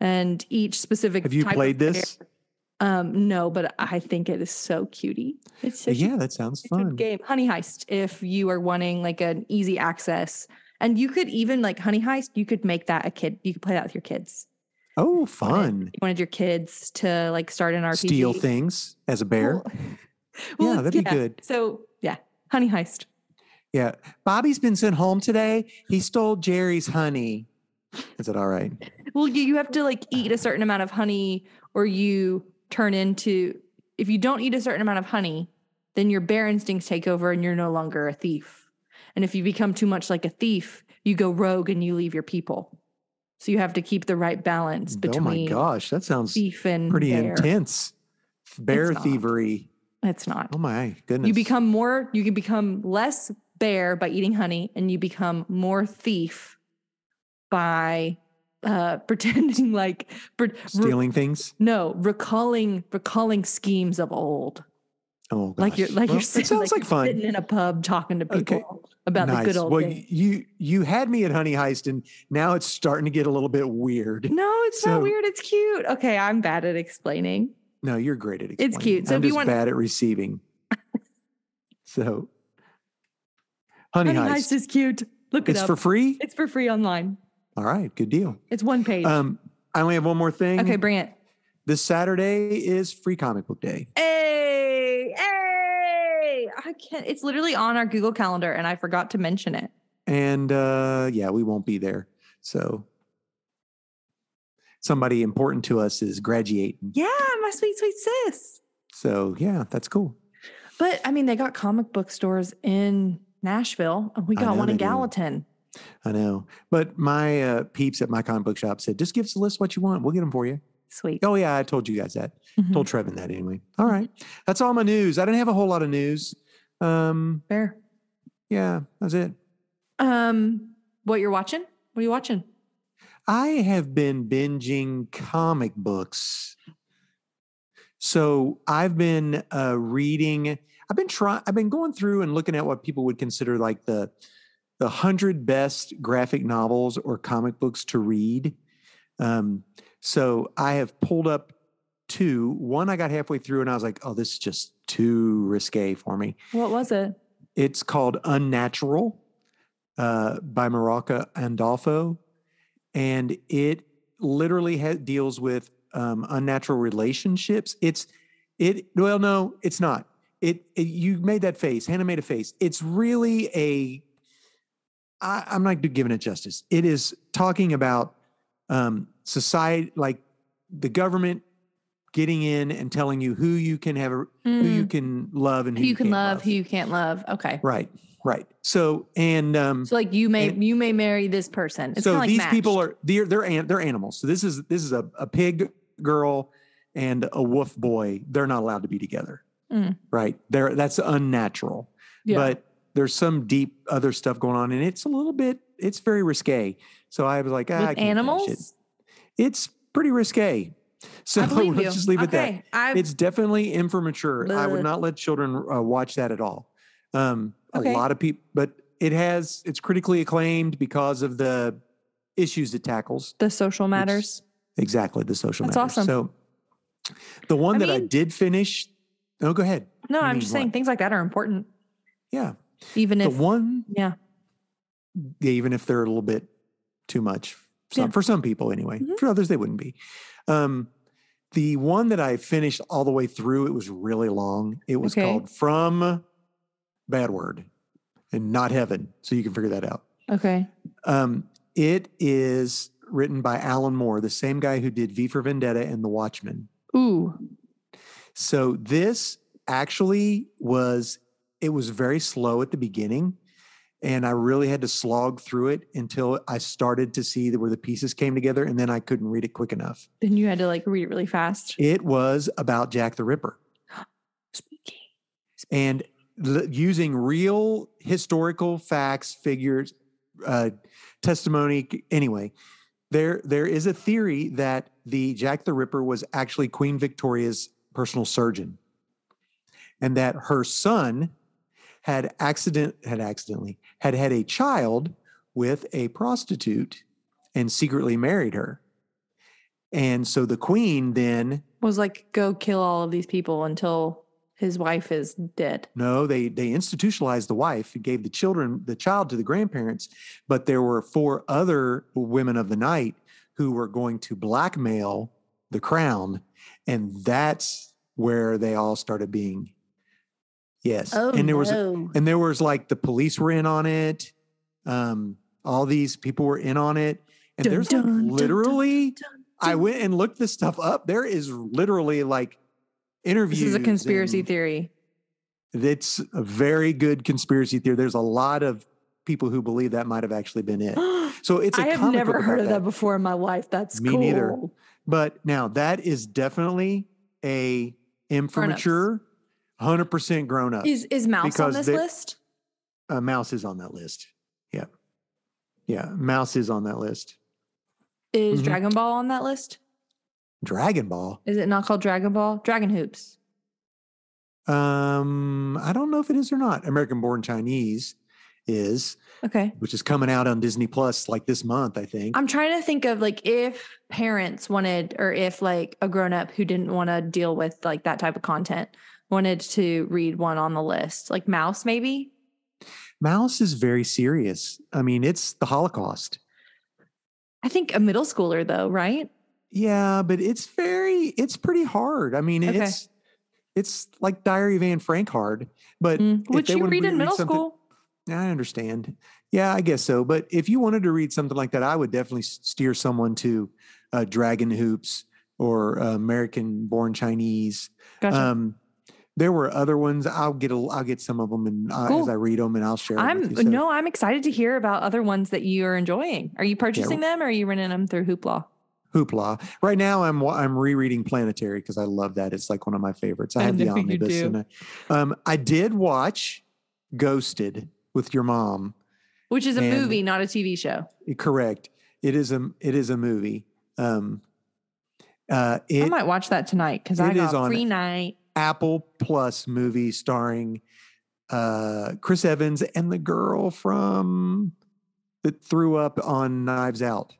Speaker 2: and each specific
Speaker 1: Have you
Speaker 2: type of
Speaker 1: played
Speaker 2: bear-
Speaker 1: this?
Speaker 2: um no but i think it is so cutie it's such a
Speaker 1: Yeah, that sounds
Speaker 2: a
Speaker 1: fun.
Speaker 2: good game. Honey Heist, if you are wanting like an easy access. And you could even like Honey Heist, you could make that a kid. You could play that with your kids.
Speaker 1: Oh,
Speaker 2: wanted-
Speaker 1: fun.
Speaker 2: You wanted your kids to like start an RPG.
Speaker 1: Steal things as a bear.
Speaker 2: Well- <laughs> well,
Speaker 1: Yeah,
Speaker 2: it's-
Speaker 1: that'd be good.
Speaker 2: So yeah, Honey Heist.
Speaker 1: Yeah. Bobby's been sent home today. He stole Jerry's honey. Is it all right?
Speaker 2: Well, you, you have to like eat a certain amount of honey, or you turn into. If you don't eat a certain amount of honey, then your bear instincts take over, and you're no longer a thief. And if you become too much like a thief, you go rogue and you leave your people. So you have to keep the right
Speaker 1: oh
Speaker 2: balance
Speaker 1: my
Speaker 2: between
Speaker 1: gosh, that sounds
Speaker 2: thief and
Speaker 1: pretty
Speaker 2: bear.
Speaker 1: intense. Bear
Speaker 2: not.
Speaker 1: thievery.
Speaker 2: It's not.
Speaker 1: Oh my goodness.
Speaker 2: You become more. You can become less bear by eating honey, and you become more thief by uh <laughs> pretending like pre- re-
Speaker 1: stealing things.
Speaker 2: No, recalling recalling schemes of old.
Speaker 1: Oh, gosh.
Speaker 2: Like you're like
Speaker 1: Well,
Speaker 2: you're sitting,
Speaker 1: It sounds like,
Speaker 2: you're
Speaker 1: fun.
Speaker 2: sitting in a pub talking to people
Speaker 1: Okay.
Speaker 2: about
Speaker 1: nice.
Speaker 2: the good old
Speaker 1: well,
Speaker 2: days.
Speaker 1: you you had me at Honey Heist, and now it's starting to get a little bit weird.
Speaker 2: No, it's
Speaker 1: so-
Speaker 2: not weird. It's cute. Okay, I'm bad at explaining.
Speaker 1: No, you're great at
Speaker 2: It's
Speaker 1: explaining.
Speaker 2: cute. So
Speaker 1: I'm
Speaker 2: if you
Speaker 1: just
Speaker 2: want-
Speaker 1: bad at
Speaker 2: <laughs>
Speaker 1: receiving. so, Honey,
Speaker 2: Honey
Speaker 1: Heist.
Speaker 2: Heist is cute. Look it
Speaker 1: It's
Speaker 2: up.
Speaker 1: for free.
Speaker 2: it's for free online.
Speaker 1: All right, good deal.
Speaker 2: It's one page.
Speaker 1: Um, I only have one more thing.
Speaker 2: okay, bring it.
Speaker 1: This Saturday is Free Comic Book Day.
Speaker 2: Hey, hey! I can't. It's literally on our Google Calendar, and I forgot to mention it.
Speaker 1: And uh, yeah, we won't be there. So somebody important to us is graduating.
Speaker 2: Yeah, my sweet, sweet sis.
Speaker 1: So yeah, that's cool.
Speaker 2: But I mean, they got comic book stores in Nashville, and we
Speaker 1: I
Speaker 2: got
Speaker 1: know
Speaker 2: one in
Speaker 1: they do.
Speaker 2: Gallatin.
Speaker 1: I know. But my uh, peeps at my comic book shop said, just give us a list what you want. We'll get them for you.
Speaker 2: Sweet.
Speaker 1: Oh, yeah, I told you guys that.
Speaker 2: Mhm.
Speaker 1: Told Trevin that anyway. All right. That's all my news. I didn't have a whole lot of news. Um,
Speaker 2: Fair.
Speaker 1: yeah, that's it.
Speaker 2: Um, what you're watching? What are you watching?
Speaker 1: I have been binging comic books. So I've been uh, reading. I've been trying. I've been going through and looking at what people would consider like the the hundred best graphic novels or comic books to read. Um, so I have pulled up two. One I got halfway through and I was like, "Oh, this is just too risque for me."
Speaker 2: What was it?
Speaker 1: It's called Unnatural uh, by Maraca Andolfo. And it literally ha- deals with um, unnatural relationships. It's it. Well, no, it's not. It, it you made that face. Hannah made a face. It's really a. I, I'm not giving it justice. It is talking about um, society, like the government getting in and telling you who you can have, a-
Speaker 2: Mm.
Speaker 1: who you can love, and
Speaker 2: Mm-hmm. who
Speaker 1: who,
Speaker 2: you, can
Speaker 1: can't
Speaker 2: love, who you can't love. Okay.
Speaker 1: Right, right. So and um,
Speaker 2: So like you may
Speaker 1: And-
Speaker 2: you may marry this person. It's
Speaker 1: so
Speaker 2: kinda like
Speaker 1: these
Speaker 2: matched.
Speaker 1: people are they're they're an, they're animals. So this is this is a, a pig girl and a wolf boy. They're not allowed to be together,
Speaker 2: Mm.
Speaker 1: right? They're that's unnatural.
Speaker 2: Yeah.
Speaker 1: But there's some deep other stuff going on, and it's a little bit it's very risque. So I was like, ah, I
Speaker 2: with
Speaker 1: can't finish
Speaker 2: animals.
Speaker 1: it. It's pretty risque. So
Speaker 2: I believe you.
Speaker 1: <laughs> let's just leave it there.
Speaker 2: okay. I
Speaker 1: It's definitely immature. I
Speaker 2: Ugh.
Speaker 1: would not let children uh, watch that at all. Um,
Speaker 2: Okay.
Speaker 1: A lot of people, but it has it's critically acclaimed because of the issues it tackles.
Speaker 2: the social matters.
Speaker 1: Exactly the social.
Speaker 2: That's
Speaker 1: matters.
Speaker 2: awesome.
Speaker 1: So the one
Speaker 2: I
Speaker 1: that I
Speaker 2: mean-
Speaker 1: did finish. Oh, go ahead.
Speaker 2: No,
Speaker 1: you
Speaker 2: I'm
Speaker 1: mean
Speaker 2: just saying
Speaker 1: what?
Speaker 2: things like that are important.
Speaker 1: Yeah,
Speaker 2: Even
Speaker 1: the
Speaker 2: if
Speaker 1: one.
Speaker 2: yeah.
Speaker 1: yeah, even if they're a little bit too much some,
Speaker 2: Yeah.
Speaker 1: for some people anyway
Speaker 2: Mhm.
Speaker 1: for others they wouldn't be um, the one that i finished all the way through it was really long it was
Speaker 2: Okay.
Speaker 1: called from bad word and not heaven so you can figure that out
Speaker 2: Okay.
Speaker 1: um, it is written by alan moore the same guy who did v for vendetta and the watchmen
Speaker 2: Ooh.
Speaker 1: so this actually was it was very slow at the beginning and I really had to slog through it until I started to see where the pieces came together and then I couldn't read it quick enough.
Speaker 2: Then you had to like read it really fast.
Speaker 1: It was about Jack the Ripper
Speaker 2: Spooky.
Speaker 1: and l- using real historical facts, figures, uh, testimony. c- Anyway, there there is a theory that the Jack the Ripper was actually Queen Victoria's personal surgeon, and that her son had accident had accidentally had had a child with a prostitute and secretly married her. And so the queen then
Speaker 2: Was like go kill all of these people until his wife is dead.
Speaker 1: No, they they institutionalized the wife and gave the children the child to the grandparents, but there were four other women of the night who were going to blackmail the crown, and that's where they all started being. Yes, and there was
Speaker 2: Oh, no.
Speaker 1: and there was like the police were in on it, um, all these people were in on it, and
Speaker 2: Dun,
Speaker 1: there's
Speaker 2: dun, dun, dun,
Speaker 1: like literally.
Speaker 2: dun,
Speaker 1: I
Speaker 2: dun.
Speaker 1: went and looked this stuff up. There is literally like interviews.
Speaker 2: This is a conspiracy
Speaker 1: and-
Speaker 2: theory.
Speaker 1: that's a very good conspiracy theory. There's a lot of people who believe that might have actually been
Speaker 2: <gasps>
Speaker 1: it.
Speaker 2: I
Speaker 1: So it's a
Speaker 2: have
Speaker 1: comic
Speaker 2: never
Speaker 1: book
Speaker 2: heard
Speaker 1: about
Speaker 2: of that before in my life. That's
Speaker 1: Me
Speaker 2: cool.
Speaker 1: neither. But now that is definitely a immature, hundred percent grown up.
Speaker 2: Is is mouse on
Speaker 1: Uh, Because
Speaker 2: this
Speaker 1: they-
Speaker 2: list?
Speaker 1: Uh, Mouse is on that list. Yeah, yeah, Mouse is on that list.
Speaker 2: Is
Speaker 1: Mhm.
Speaker 2: Dragon Ball on that list?
Speaker 1: Dragon Ball.
Speaker 2: Is it not called Dragon Ball? Dragon Hoops.
Speaker 1: Um, I don't know if it is or not. American Born Chinese is,
Speaker 2: Okay.
Speaker 1: which is coming out on Disney Plus like this month, I think.
Speaker 2: I'm trying to think of like if parents wanted or if like a grown up who didn't want to deal with like that type of content wanted to read one on the list, like Mouse maybe.
Speaker 1: Mouse is very serious. I mean, it's the Holocaust.
Speaker 2: I think a middle schooler though, right?
Speaker 1: Yeah, but it's very it's pretty hard. I mean,
Speaker 2: Okay.
Speaker 1: it's it's like Diary of Anne Frank hard, but
Speaker 2: Mm.
Speaker 1: if
Speaker 2: Which
Speaker 1: they
Speaker 2: you
Speaker 1: wanted
Speaker 2: read
Speaker 1: me to read
Speaker 2: in middle
Speaker 1: something-
Speaker 2: school.
Speaker 1: I understand. Yeah, I guess so. But if you wanted to read something like that, I would definitely s- steer someone to uh, Dragon Hoops or uh, American Born Chinese.
Speaker 2: Gotcha.
Speaker 1: Um, there were other ones. I'll get a, I'll get some of them and uh, as
Speaker 2: Cool.
Speaker 1: I read them and I'll share. 'em
Speaker 2: I'm uh,
Speaker 1: with you. So-
Speaker 2: no, I'm excited to hear about other ones that you are enjoying. Are you purchasing them or are you renting them through Hoopla?
Speaker 1: hoopla. Right now, I'm wa- I'm rereading Planetary because I love that. It's like one of my favorites. I
Speaker 2: I
Speaker 1: have the
Speaker 2: know you
Speaker 1: omnibus,
Speaker 2: do.
Speaker 1: and I, um, I did watch Ghosted with your mom.
Speaker 2: Which is a
Speaker 1: And-
Speaker 2: movie, not a TV show.
Speaker 1: Correct. It is a it is a movie. Um, uh,
Speaker 2: I
Speaker 1: it
Speaker 2: might watch that tonight because I
Speaker 1: it is
Speaker 2: got
Speaker 1: on-
Speaker 2: free night.
Speaker 1: Apple Plus movie starring uh, Chris Evans and the girl from that threw up on Knives Out.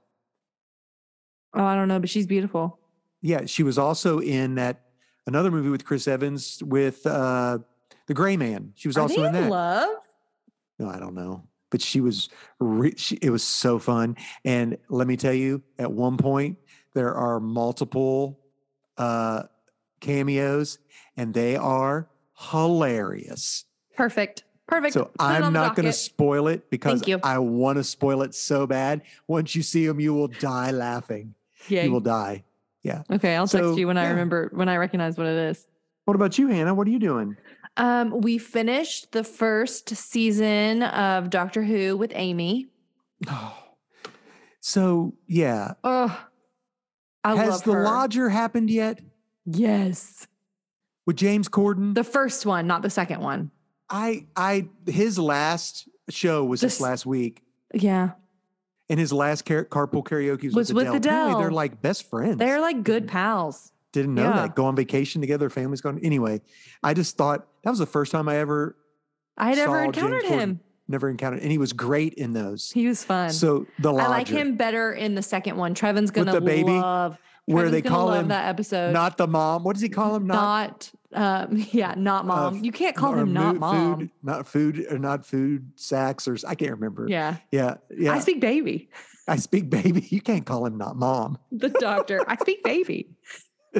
Speaker 2: Oh, I don't know, but she's beautiful.
Speaker 1: Yeah, she was also in that another movie with Chris Evans with uh the Gray Man. She was
Speaker 2: Are
Speaker 1: also
Speaker 2: they
Speaker 1: in that.
Speaker 2: love?
Speaker 1: no, I don't know. but she was re- she, it was so fun and let me tell you at one point there are multiple uh cameos and they are hilarious
Speaker 2: Perfect. Perfect.
Speaker 1: so
Speaker 2: Put it
Speaker 1: i'm
Speaker 2: on the
Speaker 1: not going to
Speaker 2: docket.
Speaker 1: spoil it because
Speaker 2: Thank you.
Speaker 1: i want to spoil it so bad once you see them you will die laughing
Speaker 2: Yay.
Speaker 1: you will die
Speaker 2: okay, I'll
Speaker 1: So,
Speaker 2: text you when I
Speaker 1: yeah.
Speaker 2: remember when I recognize what it is.
Speaker 1: what about you hannah what are you doing
Speaker 2: Um, we finished the first season of Doctor Who with Amy.
Speaker 1: <sighs> so yeah
Speaker 2: Oh, I
Speaker 1: has
Speaker 2: love
Speaker 1: the
Speaker 2: her.
Speaker 1: lodger happened yet
Speaker 2: Yes,
Speaker 1: with james corden
Speaker 2: the first one, not the second one.
Speaker 1: I I his last show was this,
Speaker 2: This-
Speaker 1: last week,
Speaker 2: Yeah,
Speaker 1: and his last car- carpool karaoke was,
Speaker 2: Was
Speaker 1: with
Speaker 2: with
Speaker 1: Adele. Apparently, they're
Speaker 2: Adele.
Speaker 1: like best friends.
Speaker 2: they're like good
Speaker 1: Mm-hmm.
Speaker 2: pals.
Speaker 1: Didn't know
Speaker 2: yeah.
Speaker 1: that. Go on vacation together. Family's gone. Anyway, I just thought that was the first time I ever
Speaker 2: I had ever
Speaker 1: Saw
Speaker 2: encountered
Speaker 1: James Corden.
Speaker 2: him.
Speaker 1: never encountered, and he was great in those.
Speaker 2: He was fun.
Speaker 1: So the lodger,
Speaker 2: I like him better in the second one. Trevin's gonna
Speaker 1: the baby?
Speaker 2: love
Speaker 1: where
Speaker 2: Trevin's
Speaker 1: they
Speaker 2: gonna
Speaker 1: call
Speaker 2: love
Speaker 1: him
Speaker 2: that episode.
Speaker 1: not the mom. What does he call him? Not,
Speaker 2: not, um, <laughs> yeah, not mom. you can't call
Speaker 1: or
Speaker 2: him not
Speaker 1: mo-
Speaker 2: mom.
Speaker 1: Food, not food or not food sacks or s- I can't remember.
Speaker 2: Yeah.
Speaker 1: yeah, yeah.
Speaker 2: I speak baby.
Speaker 1: I speak <laughs> baby. You can't call him not mom.
Speaker 2: The doctor. I speak baby.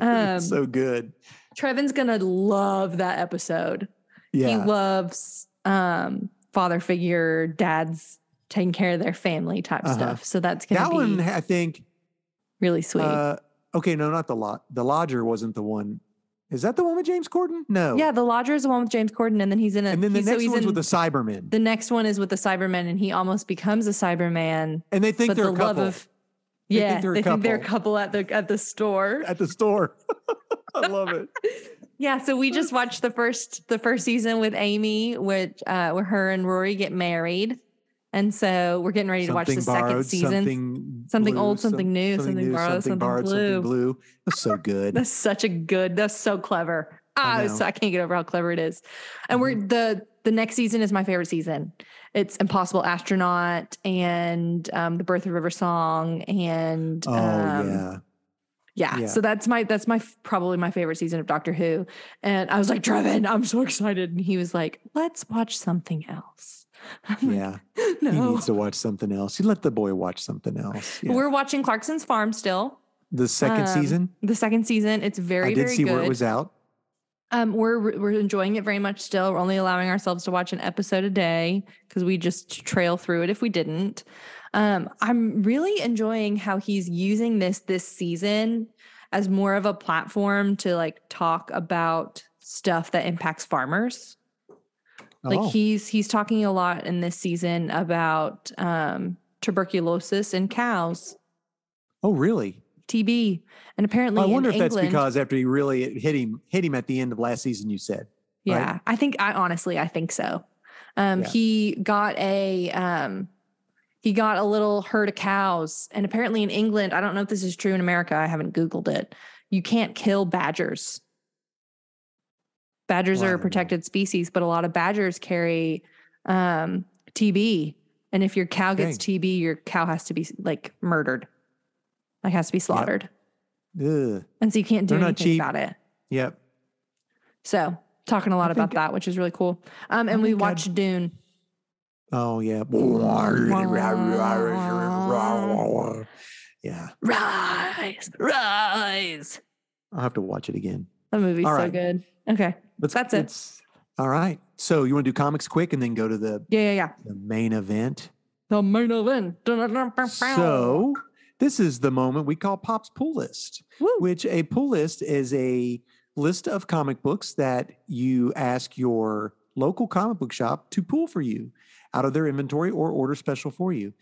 Speaker 2: Um,
Speaker 1: <laughs> it's so good.
Speaker 2: Trevin's gonna love that episode. He
Speaker 1: Yeah.
Speaker 2: loves um father figure, dads taking care of their family type
Speaker 1: Uh-huh.
Speaker 2: stuff. So that's gonna
Speaker 1: That
Speaker 2: be
Speaker 1: one, I think.
Speaker 2: really sweet.
Speaker 1: Uh, okay, no, not the lot. The lodger wasn't the one. Is that the one with James Corden? No.
Speaker 2: yeah, the lodger is the one with James Corden, and then he's in a
Speaker 1: And then the
Speaker 2: he's- so
Speaker 1: next
Speaker 2: he's
Speaker 1: one's
Speaker 2: in,
Speaker 1: with a Cyberman,
Speaker 2: the next one is with the Cyberman, and he almost becomes a Cyberman.
Speaker 1: and they think
Speaker 2: but
Speaker 1: they're
Speaker 2: the
Speaker 1: a
Speaker 2: love
Speaker 1: couple
Speaker 2: of
Speaker 1: They think
Speaker 2: yeah,
Speaker 1: they're a
Speaker 2: they think they're a couple at the at the store.
Speaker 1: <laughs> at the store. <laughs> I love it.
Speaker 2: Yeah, so we just watched the first the first season with Amy, which uh, where her and Rory get married, and so we're getting ready to watch the second season.
Speaker 1: something,
Speaker 2: Something
Speaker 1: blue,
Speaker 2: old,
Speaker 1: some-
Speaker 2: something new, something borrowed, something blue.
Speaker 1: something blue. That's
Speaker 2: <laughs>
Speaker 1: so good.
Speaker 2: That's such a good. That's so clever.
Speaker 1: I
Speaker 2: Ah,
Speaker 1: know. Mm-hmm.
Speaker 2: so I can't get over how clever it is. And we're the the next season is my favorite season. It's Impossible Astronaut and um, the Birth of a River Song and
Speaker 1: oh
Speaker 2: um, <laughs>
Speaker 1: yeah.
Speaker 2: yeah.
Speaker 1: Yeah.
Speaker 2: So that's my that's my f- probably my favorite season of Doctor Who. And I was like, Trevin, I'm so excited. And he was like, Let's watch something else. <laughs> I'm
Speaker 1: Yeah,
Speaker 2: like,
Speaker 1: he
Speaker 2: no.
Speaker 1: needs to watch something else. You let the boy watch something else. Yeah.
Speaker 2: We're watching Clarkson's Farm still.
Speaker 1: The second
Speaker 2: um,
Speaker 1: season,
Speaker 2: The second season. It's very,
Speaker 1: I did
Speaker 2: very
Speaker 1: see
Speaker 2: good.
Speaker 1: where it was out.
Speaker 2: um, we're we're enjoying it very much still. We're only allowing ourselves to watch an episode a day because we just trail through it if we didn't. Um, I'm really enjoying how he's using this this season as more of a platform to like talk about stuff that impacts farmers
Speaker 1: oh,
Speaker 2: like he's he's talking a lot in this season about um tuberculosis in cows
Speaker 1: oh, really?
Speaker 2: tb and apparently
Speaker 1: I wonder
Speaker 2: in
Speaker 1: if that's
Speaker 2: England-
Speaker 1: because after he really it hit him hit him at the end of last season, you said. right?
Speaker 2: yeah i think i honestly i think so um
Speaker 1: Yeah.
Speaker 2: he got a um he got a little herd of cows and apparently in england i don't know if this is true in america i haven't googled it you can't kill badgers badgers
Speaker 1: Well, Oh, I
Speaker 2: are a
Speaker 1: don't know.
Speaker 2: protected species but a lot of badgers carry um tb and if your cow gets tb your cow has to be like murdered like has to be slaughtered
Speaker 1: Ugh.
Speaker 2: and so you can't do
Speaker 1: They're not
Speaker 2: anything
Speaker 1: cheap.
Speaker 2: about it
Speaker 1: Yep.
Speaker 2: so talking a lot
Speaker 1: I
Speaker 2: about
Speaker 1: think-
Speaker 2: that, which is really cool. Um, and we
Speaker 1: think I'd-
Speaker 2: watched Dune.
Speaker 1: Oh yeah. yeah.
Speaker 2: Rise, rise.
Speaker 1: I'll have to watch it again.
Speaker 2: That movie's
Speaker 1: All
Speaker 2: so
Speaker 1: right.
Speaker 2: good. Okay.
Speaker 1: Let's,
Speaker 2: That's it.
Speaker 1: let's- All right. So you want to do comics quick and then go to the,
Speaker 2: Yeah, yeah, yeah.
Speaker 1: the main event.
Speaker 2: The main event.
Speaker 1: So this is the moment we call Pop's Pool List,
Speaker 2: Woo.
Speaker 1: which a pool list is a list of comic books that you ask your local comic book shop to pull for you out of their inventory or order special for you.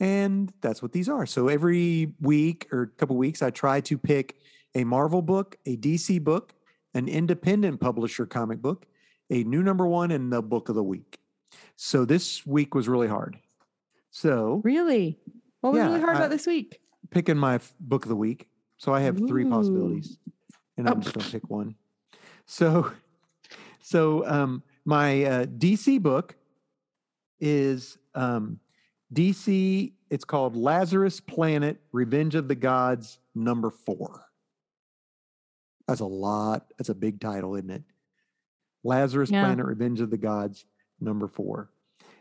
Speaker 1: And that's what these are. So every week or couple weeks, I try to pick a Marvel book, a DC book, an independent publisher comic book, a new number one, and the book of the week. So this week was really hard. So
Speaker 2: really? What was
Speaker 1: Yeah,
Speaker 2: really hard
Speaker 1: I-
Speaker 2: about this week?
Speaker 1: picking my f- book of the week. So I have three
Speaker 2: Ooh.
Speaker 1: possibilities, and
Speaker 2: Oh.
Speaker 1: I'm just gonna pick one. So, so um, my uh, DC book is um, DC. It's called Lazarus Planet: Revenge of the Gods, number four. That's a lot. That's a big title, isn't it? Lazarus
Speaker 2: Yeah.
Speaker 1: Planet: Revenge of the Gods, number four.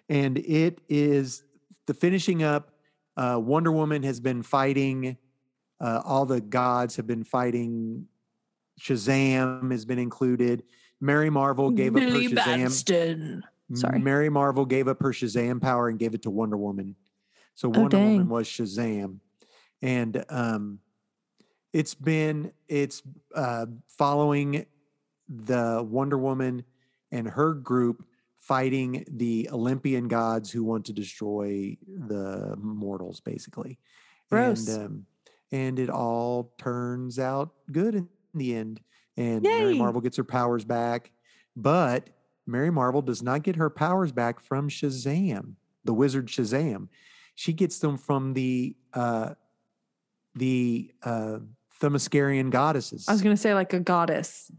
Speaker 1: and it is the finishing up. Uh, Wonder Woman has been fighting. Uh, all the gods have been fighting. Shazam has been included. Mary Marvel gave up her
Speaker 2: Billy
Speaker 1: Shazam.
Speaker 2: Batson. Sorry.
Speaker 1: Mary Marvel gave up her Shazam power and gave it to Wonder Woman. So Wonder Woman
Speaker 2: Oh, dang.
Speaker 1: was Shazam. And um it's been it's uh following the Wonder Woman and her group fighting the Olympian gods who want to destroy the mortals basically.
Speaker 2: Gross.
Speaker 1: And um and it all turns out good in the end. And Mary
Speaker 2: Yay.
Speaker 1: Marvel gets her powers back. But Mary Marvel does not get her powers back from Shazam, the wizard Shazam. She gets them from the uh, the uh, Themyscirian goddesses.
Speaker 2: I was going to say like a goddess.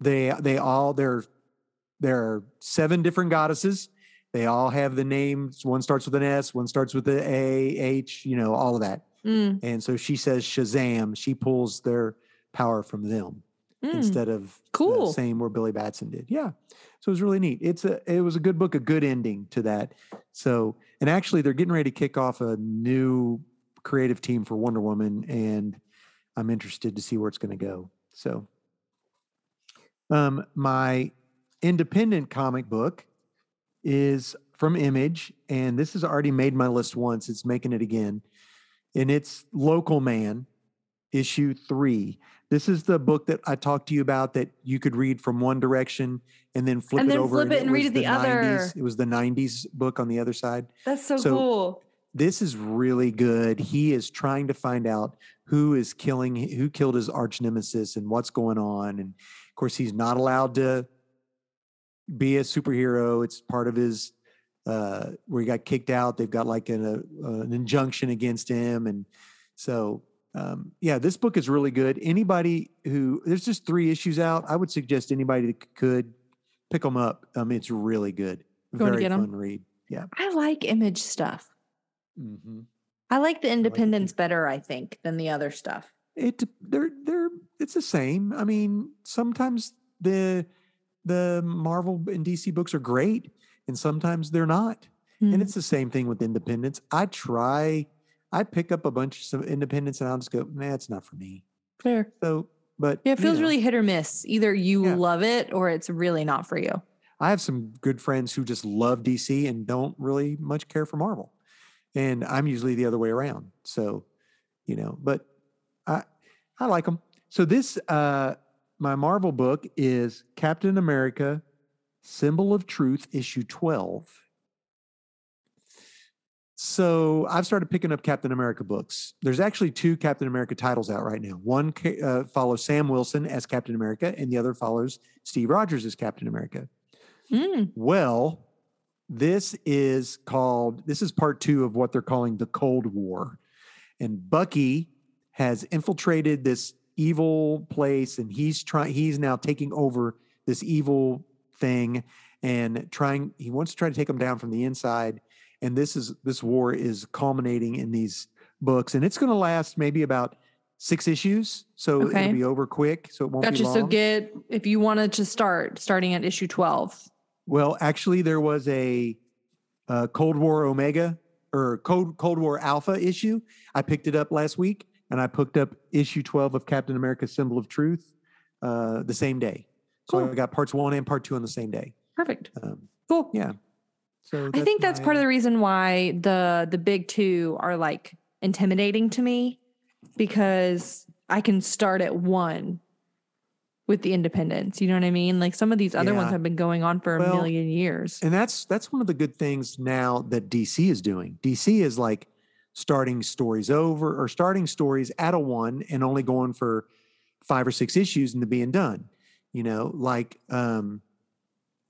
Speaker 1: they they all there are- there are seven different goddesses. They all have the names. One starts with an S. One starts with a A H. You know all of that.
Speaker 2: Mm,
Speaker 1: And so she says Shazam. She pulls their power from them
Speaker 2: mm.
Speaker 1: instead of the
Speaker 2: Cool.
Speaker 1: same where Billy Batson did. Yeah. So it was really neat. It's a it was a good book, a good ending to that. So and actually they're getting ready to kick off a new creative team for Wonder Woman and I'm interested to see where it's going to go. So um my independent comic book is from Image and this has already made my list once. It's making it again. And it's Local Man issue 3. This is the book that I talked to you about that you could read from one direction and then flip
Speaker 2: And
Speaker 1: it
Speaker 2: then
Speaker 1: over
Speaker 2: flip it and read
Speaker 1: was
Speaker 2: it the other.
Speaker 1: 90s. It was the 90s book on the other side.
Speaker 2: That's so,
Speaker 1: so-
Speaker 2: cool.
Speaker 1: This is really good. He is trying to find out who is killing who killed his arch nemesis and what's going on and of course he's not allowed to be a superhero. It's part of his uh where he got kicked out. They've got like an, a, an injunction against him and so um, yeah, this book is really good. Anybody who there's just three issues out, I would suggest anybody that c- could pick them up. Um, it's really good,
Speaker 2: Going to
Speaker 1: very
Speaker 2: get 'em?
Speaker 1: fun read.
Speaker 2: I like image stuff.
Speaker 1: Mm-hmm.
Speaker 2: I like the
Speaker 1: too.
Speaker 2: independence better, I think, than the other stuff.
Speaker 1: It dep- they're they're it's the same. I mean, sometimes the the Marvel and DC books are great, and sometimes they're not.
Speaker 2: Hmm. Mm-hmm.
Speaker 1: And it's the same thing with Independence. I try, I pick up a bunch of Independence, and I'll just go, nah, it's not for me.
Speaker 2: clear.
Speaker 1: So, but
Speaker 2: Yeah, it
Speaker 1: you
Speaker 2: feels
Speaker 1: know.
Speaker 2: really hit or miss. Either you
Speaker 1: Yeah.
Speaker 2: love it or it's really not for you.
Speaker 1: I have some good friends who just love DC and don't really much care for Marvel. And I'm usually the other way around. So, you know, but I I like them. So this uh my Marvel book is Captain America Symbol of Truth issue 12. So I've started picking up Captain America books. There's actually two Captain America titles out right now. One ca- uh, follows Sam Wilson as Captain America, and the other follows Steve Rogers as Captain America.
Speaker 2: Mm.
Speaker 1: Well, this is called, this is part two of what they're calling the Cold War. And Bucky has infiltrated this evil place and he's trying, he's now taking over this evil thing and trying, he wants to try to take them down from the inside. And this is, this war is culminating in these books and it's going to last maybe about six issues. So
Speaker 2: Okay.
Speaker 1: it'll be over quick. So it won't be
Speaker 2: Gotcha.
Speaker 1: long.
Speaker 2: So get if you wanted to start starting at issue twelve.
Speaker 1: Well, actually, there was a, uh Cold War Omega or Cold Cold War Alpha issue. I picked it up last week, and I picked up issue twelve of Captain America: Symbol of Truth uh, the same day. So I
Speaker 2: Cool.
Speaker 1: got parts one and part two on the same day.
Speaker 2: Perfect.
Speaker 1: Um,
Speaker 2: Cool.
Speaker 1: Yeah. so
Speaker 2: I think that's part of
Speaker 1: my-
Speaker 2: the reason why the the big two are like intimidating to me because I can start at one with the independence. You know what I mean? Like some of these other ones
Speaker 1: Yeah.
Speaker 2: have been going on for
Speaker 1: Well,
Speaker 2: a million years.
Speaker 1: And that's that's one of the good things now that DC is doing. DC is like starting stories over or starting stories at a one and only going for five or six issues and then being done. You know, like um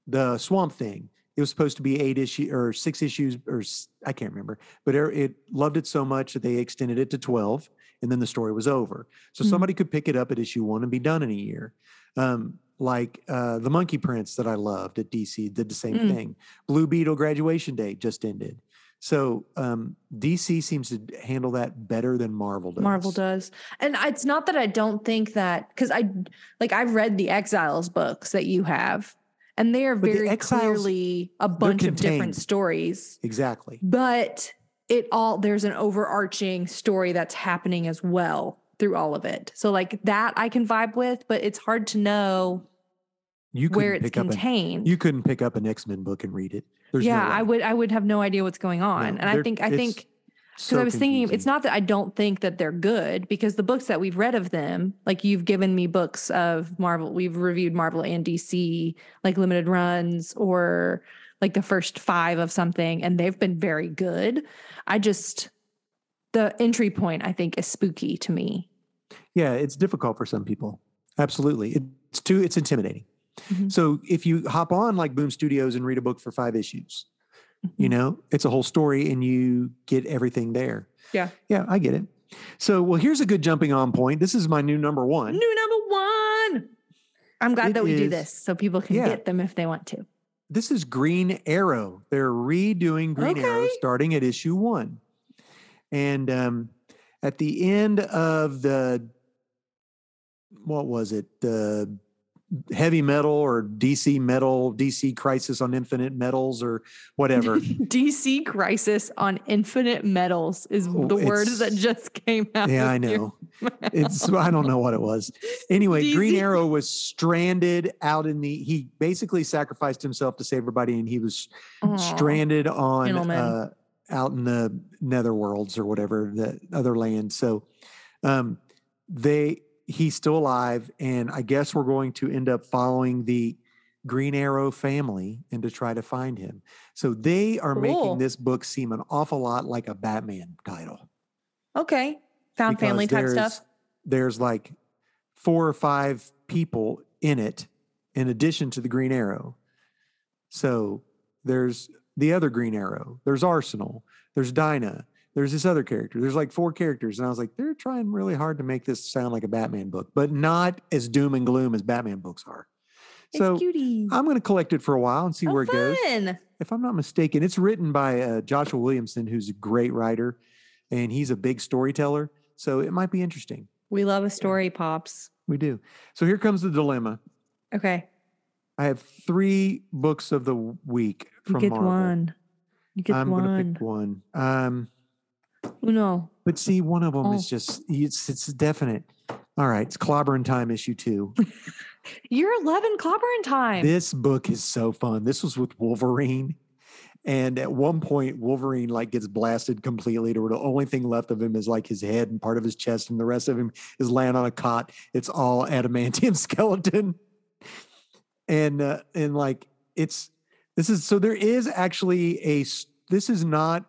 Speaker 1: the Swamp Thing. It was supposed to be eight issue or six issues or s- I can't remember, but it, it loved it so much that they extended it to twelve, and then the story was over. So
Speaker 2: Mhm.
Speaker 1: somebody could pick it up at issue one and be done in a year. Um, like uh, the Monkey Prince that I loved at DC did the same
Speaker 2: Mm.
Speaker 1: thing. Blue Beetle graduation day just ended. So um, DC seems to handle that better than Marvel does.
Speaker 2: Marvel does. And I- it's not that I don't think that because I like I've read the Exiles books that you have. and they are
Speaker 1: But the
Speaker 2: very
Speaker 1: exiles,
Speaker 2: clearly a bunch of different
Speaker 1: contained.
Speaker 2: stories
Speaker 1: Exactly.
Speaker 2: but it all there's an overarching story that's happening as well through all of it so like that i can vibe with but it's hard to know
Speaker 1: You couldn't
Speaker 2: where it's
Speaker 1: pick up an,
Speaker 2: contained
Speaker 1: you couldn't pick up an X Men book and read it. There's no
Speaker 2: yeah i
Speaker 1: way.
Speaker 2: would i would have no idea what's going on
Speaker 1: No,
Speaker 2: and i
Speaker 1: they're-
Speaker 2: think i
Speaker 1: it's
Speaker 2: think because
Speaker 1: so
Speaker 2: I was thinking, it's
Speaker 1: confusing.
Speaker 2: not that I don't think that they're good, because the books that we've read of them, like you've given me books of Marvel, we've reviewed Marvel and DC, like limited runs or like the first five of something, and they've been very good. I just, the entry point, I think, is spooky to me.
Speaker 1: Yeah, it's difficult for some people. Absolutely. It's too it's intimidating.
Speaker 2: Mhm.
Speaker 1: So if you hop on like Boom Studios and read a book for 5 issues, you know, it's a whole story and you get everything there.
Speaker 2: Yeah.
Speaker 1: Yeah, I get it. So, well, here's a good jumping on point. This is my new number 1.
Speaker 2: New number one. I'm glad
Speaker 1: It
Speaker 2: that we do
Speaker 1: is-
Speaker 2: this so people can
Speaker 1: yeah.
Speaker 2: get them if they want to.
Speaker 1: This is Green Arrow. They're redoing Green Arrow
Speaker 2: Okay.
Speaker 1: starting at issue 1. And um at the end of the what was it? The heavy metal or DC metal, DC Crisis on Infinite Metals or whatever.
Speaker 2: DC Crisis on Infinite Metals is
Speaker 1: Oh,
Speaker 2: the word
Speaker 1: it's-
Speaker 2: that just <laughs> came out.
Speaker 1: yeah,
Speaker 2: of
Speaker 1: I
Speaker 2: your
Speaker 1: know. It's I don't know what it was. Anyway, Green
Speaker 2: DC.
Speaker 1: Arrow was stranded out in the he basically sacrificed himself to save everybody and he was
Speaker 2: Aw.
Speaker 1: stranded on
Speaker 2: Gentleman.
Speaker 1: uh, out in the netherworlds or whatever the other land. So um, they he's still alive, and I guess we're going to end up following the Green Arrow family and to try to find him. So they are
Speaker 2: Cool.
Speaker 1: making this book seem an awful lot like a Batman title.
Speaker 2: Okay. Found
Speaker 1: because
Speaker 2: family type
Speaker 1: there's-
Speaker 2: stuff.
Speaker 1: There's like four or five people in it, in addition to the Green Arrow. So there's the other Green Arrow. There's Arsenal. There's Dinah. There's this other character. There's like four characters, and I was like, they're trying really hard to make this sound like a Batman book, but not as doom and gloom as Batman books are. So
Speaker 2: it's cutie.
Speaker 1: I'm going to collect it for a while and see
Speaker 2: Oh,
Speaker 1: where it goes
Speaker 2: fun.
Speaker 1: if I'm not mistaken, it's written by uh, Joshua Williamson, who's a great writer, and he's a big storyteller. So it might be interesting.
Speaker 2: We love a story, Pops.
Speaker 1: We do. So here comes the dilemma.
Speaker 2: Okay.
Speaker 1: I have three books of the week
Speaker 2: You
Speaker 1: from
Speaker 2: get
Speaker 1: Marvel.
Speaker 2: one. You get
Speaker 1: I'm gonna
Speaker 2: one.
Speaker 1: pick one. Um,
Speaker 2: Uno.
Speaker 1: but see, one of them is
Speaker 2: Oh.
Speaker 1: just it's it's definite. All right, it's Clobbering Time issue two.
Speaker 2: You're 11 clobbering time.
Speaker 1: This book is so fun. This was with Wolverine. And at one point, Wolverine like gets blasted completely to where the only thing left of him is like his head and part of his chest, and the rest of him is laying on a cot. It's all adamantium <laughs> skeleton. And uh, and like it's this is so there is actually a s- this is not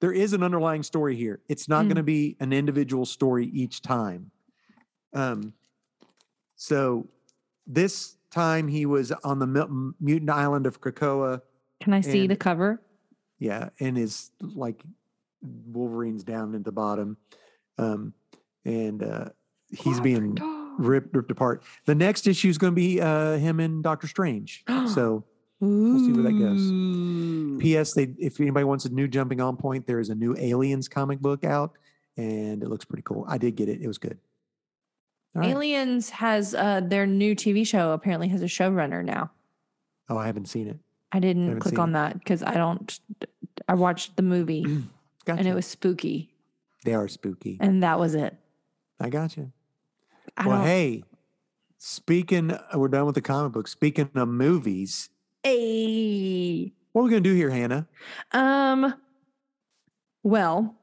Speaker 1: there is an underlying story here. It's not
Speaker 2: Mm.
Speaker 1: going to be an individual story each time. Um, so this time he was on the mil- mutant island of Krakoa.
Speaker 2: Can I see the
Speaker 1: and-
Speaker 2: cover?
Speaker 1: Yeah, and is like Wolverine's down at the bottom, um, and uh,
Speaker 2: <gasps>
Speaker 1: he's being ripped ripped apart. The next issue is going to be uh, him and Doctor
Speaker 2: <gasps>
Speaker 1: Strange. so,
Speaker 2: We'll
Speaker 1: see where that goes.
Speaker 2: goes.
Speaker 1: P.S. They, if anybody wants a new jumping on point, there is a new Aliens comic book out, and it looks pretty cool. I did get it; it was good. All right.
Speaker 2: Aliens has uh, their new TV show apparently has a showrunner now.
Speaker 1: Oh, I haven't seen it. <clears throat>
Speaker 2: I didn't
Speaker 1: Haven't
Speaker 2: click
Speaker 1: seen
Speaker 2: on
Speaker 1: it.
Speaker 2: that because I don't. I watched the movie
Speaker 1: Gotcha.
Speaker 2: and it was spooky,
Speaker 1: they are spooky.
Speaker 2: and that was it.
Speaker 1: I gotcha.
Speaker 2: I
Speaker 1: well,
Speaker 2: don't.
Speaker 1: hey, speaking, uh, we're done with the comic book. Speaking of movies,
Speaker 2: Hey.
Speaker 1: what are we going to do here, Hannah?
Speaker 2: Um. Well,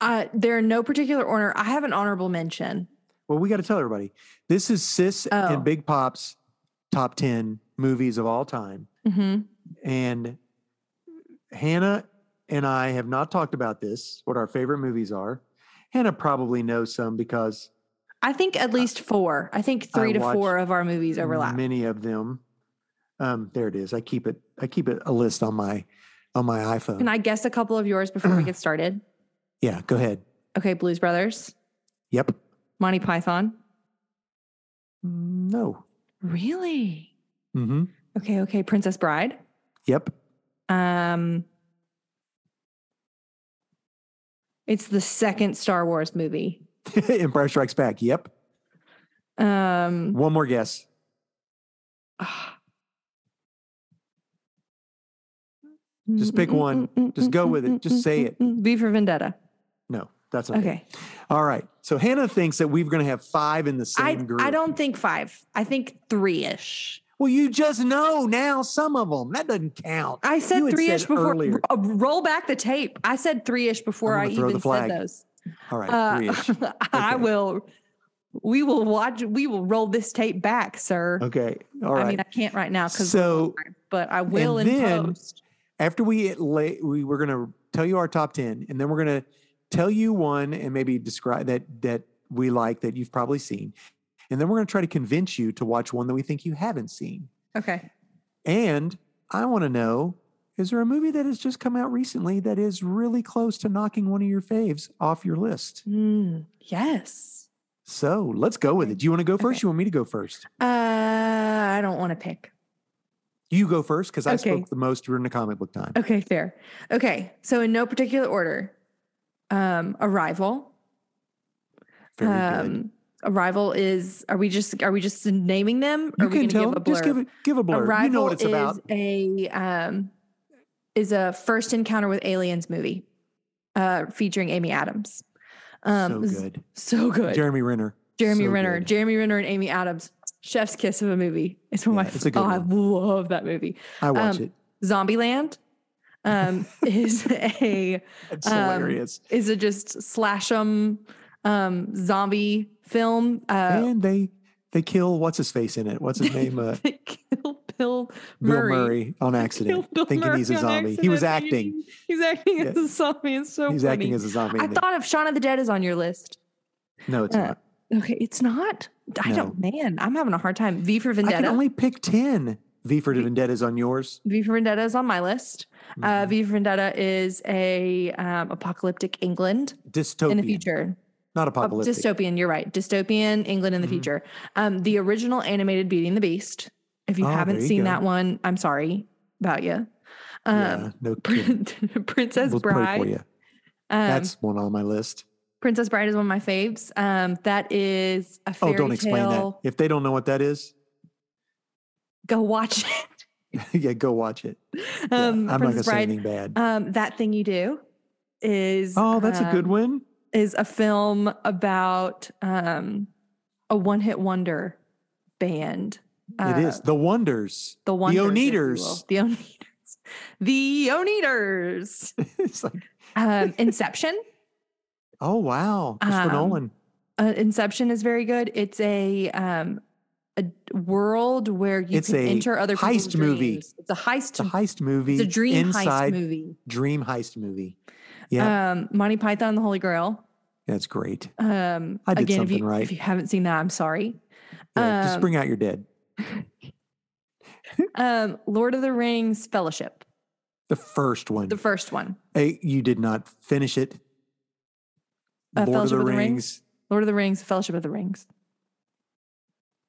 Speaker 2: uh, they're in no particular order. I have an honorable mention.
Speaker 1: Well, we got to tell everybody this is Sis
Speaker 2: Oh.
Speaker 1: and Big Pop's top 10 movies of all time.
Speaker 2: Mm-hmm.
Speaker 1: And Hannah and I have not talked about this, what our favorite movies are. Hannah probably knows some because
Speaker 2: I think at least four. I think
Speaker 1: Uh, I
Speaker 2: three to
Speaker 1: watched
Speaker 2: four of our movies overlap.
Speaker 1: many of them. Um, there it is. I keep it. I keep it a list on my on my iPhone.
Speaker 2: Can I guess a couple of yours before
Speaker 1: <clears throat>
Speaker 2: we get started?
Speaker 1: yeah, go ahead.
Speaker 2: Okay, Blues Brothers,
Speaker 1: Yep.
Speaker 2: Monty Python. Mm,
Speaker 1: No.
Speaker 2: Really?
Speaker 1: Mm-hmm.
Speaker 2: Okay, okay, Princess Bride.
Speaker 1: Yep.
Speaker 2: Um, it's the second Star Wars movie.
Speaker 1: <laughs> Empire Strikes Back. Yep.
Speaker 2: Um,
Speaker 1: One more guess.
Speaker 2: ah,
Speaker 1: Just pick one. Just go with it. Just say it.
Speaker 2: V for Vendetta.
Speaker 1: No, that's not it.
Speaker 2: Okay.
Speaker 1: All right. So Hannah thinks that we're going to have five in the same
Speaker 2: I,
Speaker 1: group.
Speaker 2: I don't think five. I think three ish.
Speaker 1: Well, you just know now some of them. That doesn't count.
Speaker 2: I said
Speaker 1: You had
Speaker 2: three ish
Speaker 1: said
Speaker 2: before.
Speaker 1: earlier.
Speaker 2: uh, Roll back the tape. I said three ish before
Speaker 1: I'm
Speaker 2: I
Speaker 1: gonna throw the
Speaker 2: even said
Speaker 1: flag.
Speaker 2: those.
Speaker 1: All right.
Speaker 2: Uh, <laughs>
Speaker 1: three-ish.
Speaker 2: I
Speaker 1: Okay.
Speaker 2: will. We will watch. We will roll this tape back, sir.
Speaker 1: Okay. All right.
Speaker 2: I mean, I can't right now because
Speaker 1: so
Speaker 2: but I will in
Speaker 1: then-
Speaker 2: post.
Speaker 1: after we hit late, we we're going to tell you our top 10 and then we're going to tell you one and maybe describe that that we like that you've probably seen. And then we're going to try to convince you to watch one that we think you haven't seen.
Speaker 2: Okay.
Speaker 1: And I want to know is there a movie that has just come out recently that is really close to knocking one of your faves off your list?
Speaker 2: Mm, yes.
Speaker 1: So let's go with it. Do you want to go first?
Speaker 2: Okay.
Speaker 1: You want me to go first?
Speaker 2: Uh, I don't want to pick.
Speaker 1: You go first because I
Speaker 2: Okay.
Speaker 1: spoke the most during the comic book time.
Speaker 2: Okay, fair. Okay, so in no particular order, um, Arrival.
Speaker 1: Very
Speaker 2: Um,
Speaker 1: good.
Speaker 2: Arrival is. Are we just? Are we just naming them?
Speaker 1: You
Speaker 2: are we
Speaker 1: can
Speaker 2: gonna
Speaker 1: tell.
Speaker 2: Give a blurb?
Speaker 1: just give it give a blurb.
Speaker 2: Arrival
Speaker 1: you know what it's
Speaker 2: is
Speaker 1: about.
Speaker 2: a um, is a first encounter with aliens movie, uh, featuring Amy Adams. Um,
Speaker 1: so
Speaker 2: s-
Speaker 1: good.
Speaker 2: so good.
Speaker 1: Jeremy Renner.
Speaker 2: Jeremy
Speaker 1: so
Speaker 2: Renner,
Speaker 1: good.
Speaker 2: Jeremy Renner and Amy Adams. Chef's kiss of a movie. It's one of
Speaker 1: Yeah,
Speaker 2: my.
Speaker 1: it's a good
Speaker 2: oh, I love that movie.
Speaker 1: I watch
Speaker 2: um,
Speaker 1: it.
Speaker 2: Zombieland
Speaker 1: <laughs>
Speaker 2: um, is a
Speaker 1: It's
Speaker 2: um,
Speaker 1: hilarious.
Speaker 2: is a just slash 'em um, zombie film. Uh,
Speaker 1: and they they kill what's his face in it. What's his name?
Speaker 2: <laughs>
Speaker 1: Uh,
Speaker 2: they <laughs> kill Bill
Speaker 1: Bill
Speaker 2: Murray.
Speaker 1: Murray
Speaker 2: <laughs>
Speaker 1: on
Speaker 2: They
Speaker 1: accident,
Speaker 2: killed Bill
Speaker 1: thinking he's a
Speaker 2: Murray on
Speaker 1: zombie. He was
Speaker 2: accident,
Speaker 1: acting.
Speaker 2: thinking He's acting as
Speaker 1: Yeah.
Speaker 2: a zombie. It's so
Speaker 1: He's
Speaker 2: funny.
Speaker 1: acting as a zombie.
Speaker 2: I
Speaker 1: in it.
Speaker 2: thought of Shaun of the Dead is on your list.
Speaker 1: no, it's
Speaker 2: uh,
Speaker 1: not.
Speaker 2: Okay, it's not. I don't. Man, I'm having a hard time. V for
Speaker 1: I can
Speaker 2: Vendetta.
Speaker 1: only pick ten. V for Vendetta is on yours.
Speaker 2: v for Vendetta is on my list. Uh,
Speaker 1: Mhm.
Speaker 2: v for Vendetta is a um, apocalyptic England
Speaker 1: dystopian,
Speaker 2: in the future.
Speaker 1: Mm-hmm. not
Speaker 2: Uh,
Speaker 1: apocalyptic.
Speaker 2: dystopian. You're right. Dystopian England in the
Speaker 1: Mhm.
Speaker 2: future. Um, the original animated Beauty and the Beast. If you
Speaker 1: Oh,
Speaker 2: haven't
Speaker 1: there you
Speaker 2: seen
Speaker 1: go.
Speaker 2: that one, I'm sorry about you.
Speaker 1: yeah,
Speaker 2: Um, <laughs>
Speaker 1: no kidding.
Speaker 2: Princess
Speaker 1: We'll pray
Speaker 2: Bride.
Speaker 1: for you.
Speaker 2: Um,
Speaker 1: That's one on my list.
Speaker 2: Princess Bride is one of my faves. Um, that is a
Speaker 1: Oh,
Speaker 2: fairy
Speaker 1: don't explain that.
Speaker 2: tale.
Speaker 1: If they don't know what that is, <laughs>
Speaker 2: Go watch it. <laughs>
Speaker 1: yeah, go watch it. Yeah,
Speaker 2: Um,
Speaker 1: I'm not gonna
Speaker 2: Princess
Speaker 1: say
Speaker 2: Bride.
Speaker 1: anything bad.
Speaker 2: Um, that thing you do is
Speaker 1: oh, that's a good
Speaker 2: um,
Speaker 1: one.
Speaker 2: Is a film about um, a one-hit wonder band.
Speaker 1: it
Speaker 2: uh,
Speaker 1: is the Wonders. <laughs>
Speaker 2: the one
Speaker 1: Oneaters.
Speaker 2: the oneaters <laughs> the oneaters
Speaker 1: <laughs> it's like,
Speaker 2: um inception
Speaker 1: oh wow, Christopher
Speaker 2: Um,
Speaker 1: Nolan.
Speaker 2: uh, inception is very good it's a um a d- world where you
Speaker 1: It's
Speaker 2: can
Speaker 1: a
Speaker 2: enter other people's
Speaker 1: heist movie.
Speaker 2: dreams. it's a heist
Speaker 1: It's a heist movie.
Speaker 2: it's a dream
Speaker 1: inside
Speaker 2: heist movie
Speaker 1: dream heist movie. Yeah,
Speaker 2: um monty python and the holy grail
Speaker 1: that's great.
Speaker 2: um
Speaker 1: I did
Speaker 2: again if
Speaker 1: something
Speaker 2: you,
Speaker 1: right.
Speaker 2: if you haven't seen that i'm sorry
Speaker 1: Yeah, just
Speaker 2: um,
Speaker 1: bring out your dead.
Speaker 2: um lord of the rings fellowship
Speaker 1: The first one.
Speaker 2: the first one
Speaker 1: Hey, you did not finish it.
Speaker 2: Uh, Fellowship of the Rings? lord of the rings fellowship of the rings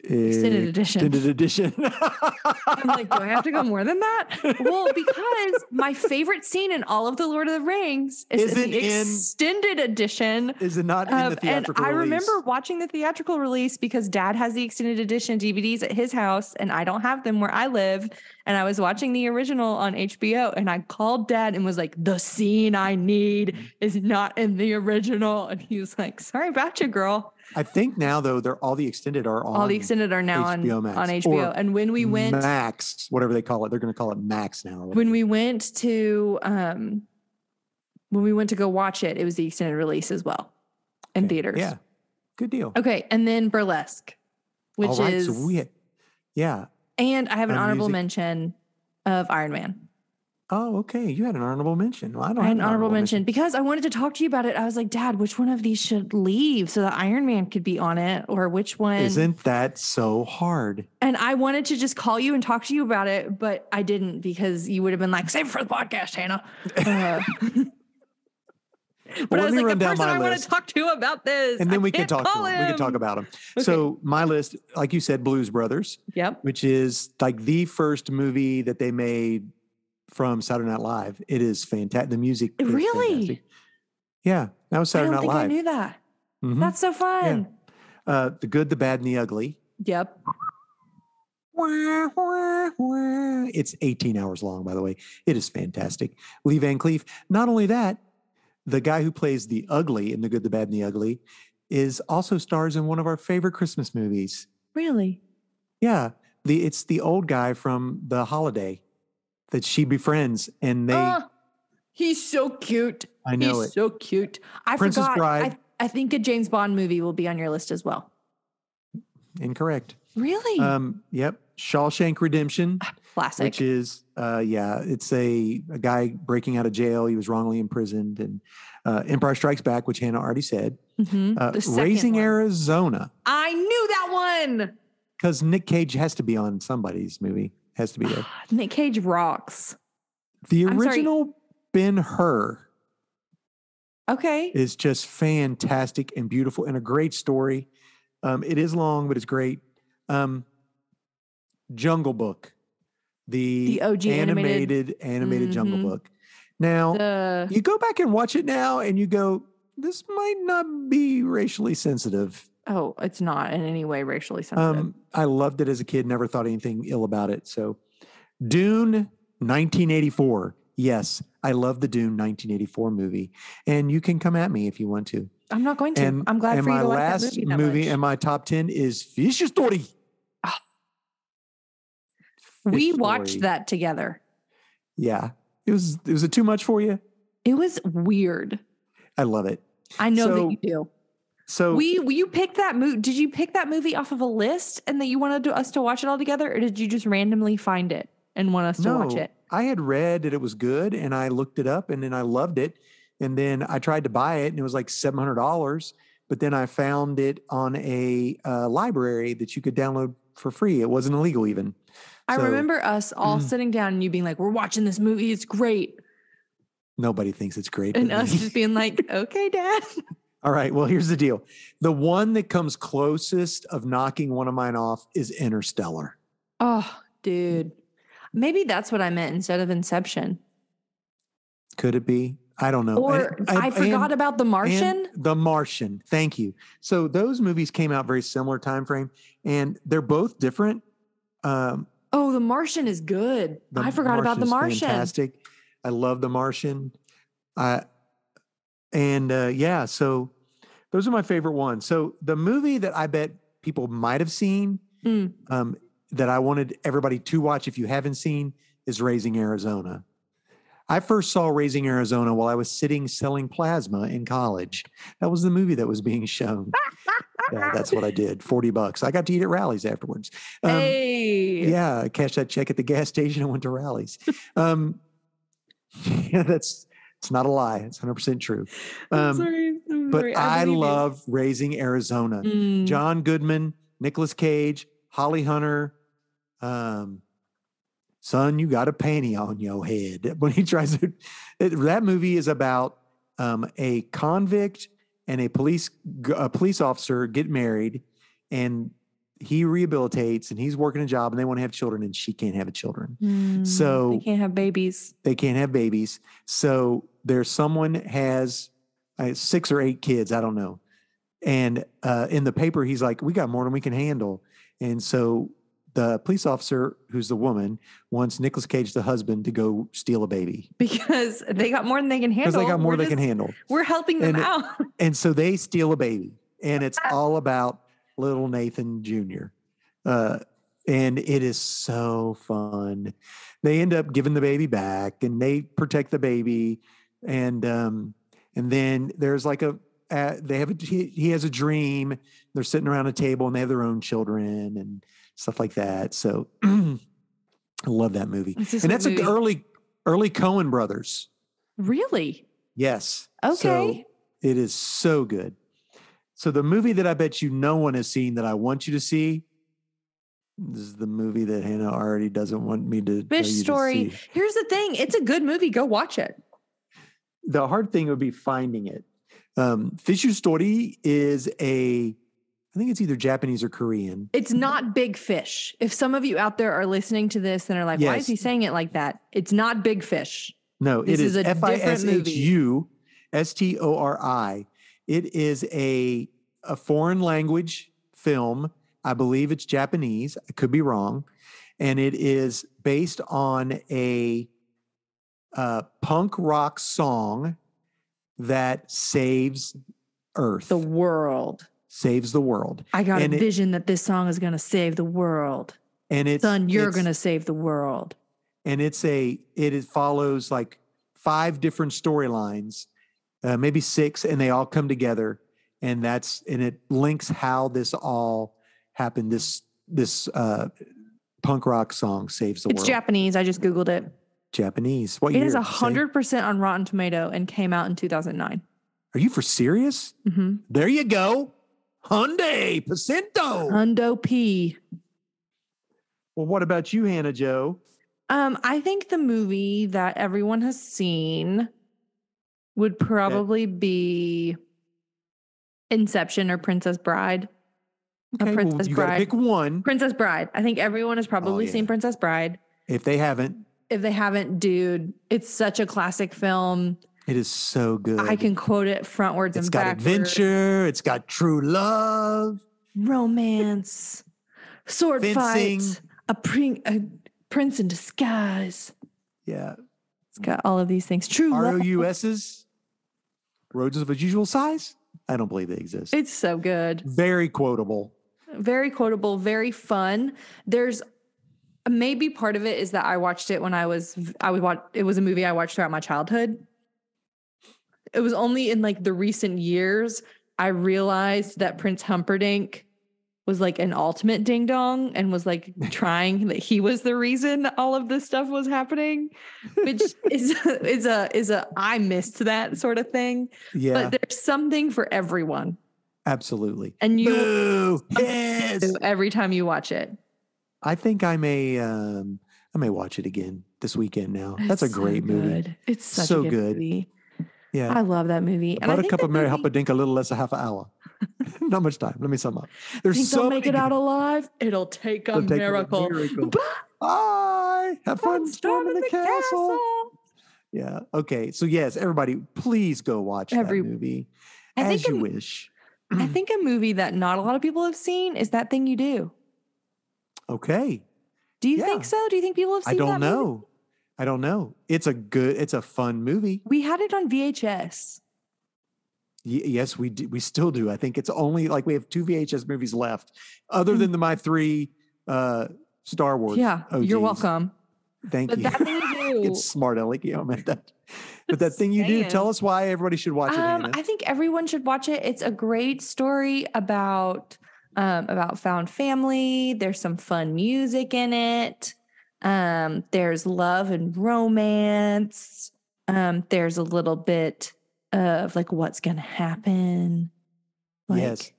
Speaker 2: extended
Speaker 1: eh,
Speaker 2: edition
Speaker 1: Extended edition.
Speaker 2: I'm <laughs> like, do I have to go more than that? Well, because my favorite scene in all of the Lord of the Rings
Speaker 1: Is
Speaker 2: is in the
Speaker 1: it in-
Speaker 2: extended edition.
Speaker 1: <laughs> Is it not in
Speaker 2: Of,
Speaker 1: the
Speaker 2: Um, and
Speaker 1: theatrical
Speaker 2: I
Speaker 1: release?
Speaker 2: remember watching the theatrical release because dad has the extended edition DVDs at his house and I don't have them where I live. And I was watching the original on HBO and I called dad and was like, the scene I need is not in the original. And he was like, sorry about you, girl.
Speaker 1: I think now though, they're all the extended are on
Speaker 2: All the extended are now
Speaker 1: HBO
Speaker 2: on,
Speaker 1: Max
Speaker 2: on
Speaker 1: or
Speaker 2: HBO. And when we went,
Speaker 1: Max, whatever they call it. They're going to call it Max now. or
Speaker 2: when
Speaker 1: whatever.
Speaker 2: we went to um when we went to go watch it it was the extended release as well in
Speaker 1: Okay,
Speaker 2: theaters
Speaker 1: Yeah, good deal.
Speaker 2: okay and then burlesque which
Speaker 1: all right,
Speaker 2: is
Speaker 1: so we had, yeah.
Speaker 2: and i have an
Speaker 1: a
Speaker 2: honorable
Speaker 1: music-
Speaker 2: mention of iron man
Speaker 1: Oh, okay. You had an honorable mention. Well, Oh, I don't
Speaker 2: i had
Speaker 1: have
Speaker 2: an honorable mention, because i wanted to talk to you about it i was like dad which one of these should leave so that iron man could be on it or which one
Speaker 1: Isn't that so hard?
Speaker 2: and i wanted to just call you and talk to you about it but i didn't because you would have been like save it for the podcast hannah Uh, <laughs> But I
Speaker 1: let
Speaker 2: was
Speaker 1: me
Speaker 2: like,
Speaker 1: run
Speaker 2: the
Speaker 1: down
Speaker 2: person
Speaker 1: my
Speaker 2: I want to
Speaker 1: list.
Speaker 2: talk to about this.
Speaker 1: and then
Speaker 2: I
Speaker 1: we can
Speaker 2: can't
Speaker 1: talk. To
Speaker 2: call
Speaker 1: them. We can talk
Speaker 2: him."
Speaker 1: about them.
Speaker 2: Okay.
Speaker 1: So my list, like you said, Blues Brothers,
Speaker 2: Yep.
Speaker 1: which is like the first movie that they made from Saturday Night Live. It is fantastic. The music, is
Speaker 2: Really?
Speaker 1: fantastic. Yeah, that was
Speaker 2: I
Speaker 1: Saturday
Speaker 2: don't
Speaker 1: Night
Speaker 2: think I
Speaker 1: Live.
Speaker 2: knew that.
Speaker 1: Mhm.
Speaker 2: That's so fun.
Speaker 1: uh, the Good, the Bad, and the Ugly.
Speaker 2: Yep.
Speaker 1: Wah, wah, wah. It's 18 hours long, by the way. It is fantastic. Lee Van Cleef. Not only that, the guy who plays the ugly in The Good, the Bad, and the Ugly is also stars in one of our favorite Christmas movies.
Speaker 2: Really?
Speaker 1: Yeah, the it's the old guy from The Holiday that she befriends, and they.
Speaker 2: Ah, he's so cute.
Speaker 1: I know
Speaker 2: he's
Speaker 1: it.
Speaker 2: so cute. I
Speaker 1: Princess
Speaker 2: forgot.
Speaker 1: Bride.
Speaker 2: I, I think a James Bond movie will be on your list as well.
Speaker 1: Incorrect.
Speaker 2: Really?
Speaker 1: Um. Yep. Shawshank Redemption.
Speaker 2: Classic.
Speaker 1: which is uh yeah it's a, a guy breaking out of jail he was wrongly imprisoned and uh, empire strikes back which hannah already said
Speaker 2: Mhm.
Speaker 1: uh,
Speaker 2: the second
Speaker 1: raising
Speaker 2: one.
Speaker 1: arizona
Speaker 2: I knew that one.
Speaker 1: because nick cage has to be on somebody's movie has to be
Speaker 2: <sighs>
Speaker 1: there
Speaker 2: Nick Cage rocks.
Speaker 1: the
Speaker 2: I'm sorry.
Speaker 1: original ben hur
Speaker 2: Okay.
Speaker 1: is just fantastic and beautiful and a great story um, it is long but it's great um, jungle book the,
Speaker 2: The OG animated-
Speaker 1: animated animated, jungle
Speaker 2: Mhm.
Speaker 1: book now
Speaker 2: The-
Speaker 1: you go back and watch it now and you go this might not be racially sensitive
Speaker 2: oh, it's not in any way racially sensitive.
Speaker 1: um, i loved it as a kid never thought anything ill about it so dune 1984 yes i love the dune 1984 movie and you can come at me if you want to
Speaker 2: I'm not going to.
Speaker 1: and
Speaker 2: I'm glad
Speaker 1: and
Speaker 2: for you
Speaker 1: my
Speaker 2: to like
Speaker 1: last
Speaker 2: that movie. That much.
Speaker 1: and my top 10 is fish story
Speaker 2: Ah.
Speaker 1: Fish
Speaker 2: <gasps> we watched
Speaker 1: Story.
Speaker 2: that together.
Speaker 1: yeah it was it was it too much for you
Speaker 2: It was weird.
Speaker 1: i love it
Speaker 2: I know
Speaker 1: So,
Speaker 2: that you do.
Speaker 1: so
Speaker 2: we we- you picked that movie. Did you pick that movie off of a list and that you wanted to- us to watch it all together, or did you just randomly find it and want us to watch it?
Speaker 1: I had read that it was good and I looked it up and then I loved it. And then I tried to buy it and it was like $700. But then I found it on a uh, library that you could download for free. It wasn't illegal even.
Speaker 2: I
Speaker 1: So,
Speaker 2: remember us all
Speaker 1: Mm.
Speaker 2: sitting down and you being like, "We're watching this movie. It's great,"
Speaker 1: Nobody thinks it's great.
Speaker 2: and
Speaker 1: but <laughs>
Speaker 2: us
Speaker 1: me.
Speaker 2: just being like, "Okay, Dad." <laughs>
Speaker 1: All right. Well, here's the deal the one that comes closest of knocking one of mine off is Interstellar.
Speaker 2: Oh, dude. Maybe that's what I meant instead of Inception.
Speaker 1: Could it be? I don't know.
Speaker 2: Or
Speaker 1: Oh, And-
Speaker 2: I,
Speaker 1: and-
Speaker 2: forgot about The
Speaker 1: and
Speaker 2: Martian.
Speaker 1: the martian thank you so those movies came out very similar time frame and they're both different um
Speaker 2: Oh, The Martian is good.
Speaker 1: The
Speaker 2: I forgot about The
Speaker 1: is
Speaker 2: Martian.
Speaker 1: fantastic i love the martian i and uh yeah so those are my favorite ones so the movie that i bet people might have seen
Speaker 2: Mm.
Speaker 1: um that i wanted everybody to watch if you haven't seen is raising arizona I first saw Raising Arizona while I was sitting selling plasma in college. That was the movie that was being shown.
Speaker 2: <laughs>
Speaker 1: Yeah, that's what I did. Forty bucks. I got to eat at rallies afterwards. Um,
Speaker 2: hey.
Speaker 1: Yeah, I cashed that check at the gas <laughs> station and went to rallies. Um, <laughs> yeah, that's it's not a lie. It's hundred percent true.
Speaker 2: I'm
Speaker 1: Um,
Speaker 2: sorry. I'm
Speaker 1: but
Speaker 2: sorry.
Speaker 1: I,
Speaker 2: believe you.
Speaker 1: love Raising Arizona.
Speaker 2: Mm.
Speaker 1: John Goodman, Nicolas Cage, Holly Hunter. Um, son, you got a panty on your head. <laughs> When he tries to, it- that movie is about um, a convict and a police g- a police officer get married, and he rehabilitates and he's working a job and they want to have children and she can't have children.
Speaker 2: Mm.
Speaker 1: So-
Speaker 2: they can't have babies. <laughs>
Speaker 1: They can't have babies. So there's someone has uh, six or eight kids. I don't know. And uh, in the paper, he's like, "We got more than we can handle." And so the police officer, who's the woman, wants Nicolas Cage, the husband, to go steal a baby
Speaker 2: Because they got more than they can
Speaker 1: because
Speaker 2: handle.
Speaker 1: they got more
Speaker 2: We're
Speaker 1: they can
Speaker 2: just-
Speaker 1: handle.
Speaker 2: We're helping them
Speaker 1: And-
Speaker 2: out. <laughs>
Speaker 1: And so they steal a baby, and it's all about little Nathan Jr. Uh, and it is so fun. They end up giving the baby back, and they protect the baby, and um, and then there's like a uh, they have a, he, he has a dream. They're sitting around a table, and they have their own children and stuff like that. So <clears throat> I love that movie,
Speaker 2: This is
Speaker 1: and
Speaker 2: what
Speaker 1: that's a
Speaker 2: movie-
Speaker 1: early early Cohen brothers.
Speaker 2: Really?
Speaker 1: Yes. So
Speaker 2: Okay.
Speaker 1: it is so good. So the movie that I bet you no one has seen that I want you to see this is the movie that Hannah already doesn't want me to. tell
Speaker 2: Fish
Speaker 1: you to
Speaker 2: Story.
Speaker 1: see.
Speaker 2: Here's the thing. It's a good movie. Go watch it.
Speaker 1: The hard thing would be finding it. Um, Fish Story is a, I think it's either Japanese or Korean.
Speaker 2: It's not big fish. If some of you out there are listening to this and are like, why
Speaker 1: Yes.
Speaker 2: is he saying it like that? It's not big fish.
Speaker 1: No,
Speaker 2: This
Speaker 1: it
Speaker 2: is
Speaker 1: is
Speaker 2: a
Speaker 1: F I S H
Speaker 2: different movie.
Speaker 1: U S T O R I. It is a a foreign language film. I believe it's Japanese. I could be wrong. and it is based on a uh, punk rock song that saves Earth,
Speaker 2: The world.
Speaker 1: saves the world,
Speaker 2: I got
Speaker 1: And
Speaker 2: a
Speaker 1: it-
Speaker 2: vision that this song is going to save the world.
Speaker 1: and it's
Speaker 2: Son, you're
Speaker 1: it's-
Speaker 2: going to save the world.
Speaker 1: and it's a it is, follows like five different storylines uh, maybe six and they all come together and that's and it links how this all happened this this uh punk rock song saves the
Speaker 2: It's
Speaker 1: world Oh,
Speaker 2: Japanese. I just Googled it.
Speaker 1: japanese what
Speaker 2: It
Speaker 1: year
Speaker 2: is a
Speaker 1: Say-
Speaker 2: 100% on Rotten Tomato and came out in 2009.
Speaker 1: are you for serious
Speaker 2: Mm-hmm.
Speaker 1: there you go hyundai Pacento.
Speaker 2: Hundo P.
Speaker 1: well what about you hannah joe
Speaker 2: Um, I think the movie that everyone has seen would probably be Inception or Princess Bride. A
Speaker 1: well,
Speaker 2: Princess
Speaker 1: you gotta
Speaker 2: Bride.
Speaker 1: pick one
Speaker 2: Princess Bride. I think everyone has probably
Speaker 1: Oh, yeah.
Speaker 2: seen Princess Bride.
Speaker 1: if they haven't
Speaker 2: If they haven't, dude, it's such a classic film.
Speaker 1: it is so good
Speaker 2: I can quote it frontwards
Speaker 1: it's
Speaker 2: and
Speaker 1: got
Speaker 2: backwards.
Speaker 1: adventure it's got true love
Speaker 2: romance, sword
Speaker 1: Fencing.
Speaker 2: fights, a, prin- a prince in disguise.
Speaker 1: Yeah.
Speaker 2: It's got all of these things. True love.
Speaker 1: ROUSs, roads of unusual size. I don't believe they exist.
Speaker 2: It's so good.
Speaker 1: Very quotable.
Speaker 2: Very quotable, very fun. There's maybe part of it is that I watched it when I was I would watch it was a movie I watched throughout my childhood. It was only in like the recent years I realized that Prince Humperdinck was like an ultimate ding dong and
Speaker 1: <laughs>
Speaker 2: was like trying that he was the reason all of this stuff was happening,
Speaker 1: <laughs>
Speaker 2: which is is a is a I missed that sort of thing.
Speaker 1: Yeah,
Speaker 2: But there's something for everyone.
Speaker 1: absolutely.
Speaker 2: And you <laughs>
Speaker 1: Boo! Yes.
Speaker 2: do every time you watch it.
Speaker 1: I think I may um I may watch it again this weekend now. That's a
Speaker 2: It's so
Speaker 1: great movie.
Speaker 2: good. It's such
Speaker 1: So
Speaker 2: a good,
Speaker 1: good.
Speaker 2: movie.
Speaker 1: Yeah.
Speaker 2: I love that movie.
Speaker 1: About a
Speaker 2: think
Speaker 1: cup
Speaker 2: that
Speaker 1: of Mary
Speaker 2: movie-
Speaker 1: Helpadink, a little less than half an
Speaker 2: <laughs>
Speaker 1: hour. Not much time. Let me sum up. There's
Speaker 2: think
Speaker 1: so
Speaker 2: they'll make
Speaker 1: many
Speaker 2: it out
Speaker 1: good-
Speaker 2: alive. It'll take a
Speaker 1: It'll take a
Speaker 2: miracle.
Speaker 1: miracle.
Speaker 2: But
Speaker 1: Bye. Have fun storming the, castle. Yeah. Okay. So yes, everybody, please go watch
Speaker 2: Every-
Speaker 1: that movie
Speaker 2: I
Speaker 1: as
Speaker 2: think
Speaker 1: you
Speaker 2: a-
Speaker 1: wish. <clears throat>
Speaker 2: I think a movie that not a lot of people have seen is that thing you do.
Speaker 1: Okay.
Speaker 2: Do you
Speaker 1: Yeah.
Speaker 2: think so? Do you think people have seen
Speaker 1: I don't
Speaker 2: that movie?
Speaker 1: know. I don't know. It's a good. It's a fun movie.
Speaker 2: We had it on VHS.
Speaker 1: Y- yes, we do, we still do. I think it's only like we have two VHS movies left, other than the my three uh, Star Wars.
Speaker 2: Hmm. yeah, you're
Speaker 1: OGs.
Speaker 2: welcome.
Speaker 1: Thank
Speaker 2: But
Speaker 1: you.
Speaker 2: that thing you do.
Speaker 1: <laughs> it's smart, Alec. Yeah, I meant
Speaker 2: <laughs>
Speaker 1: that. But that thing you do. Tell
Speaker 2: saying.
Speaker 1: us why everybody should watch it.
Speaker 2: Um,
Speaker 1: Hannah.
Speaker 2: I think everyone should watch it. It's a great story about um, about found family. There's some fun music in it. Um, there's love and romance. Um, there's a little bit of like what's gonna happen. Like
Speaker 1: Yes. It's it's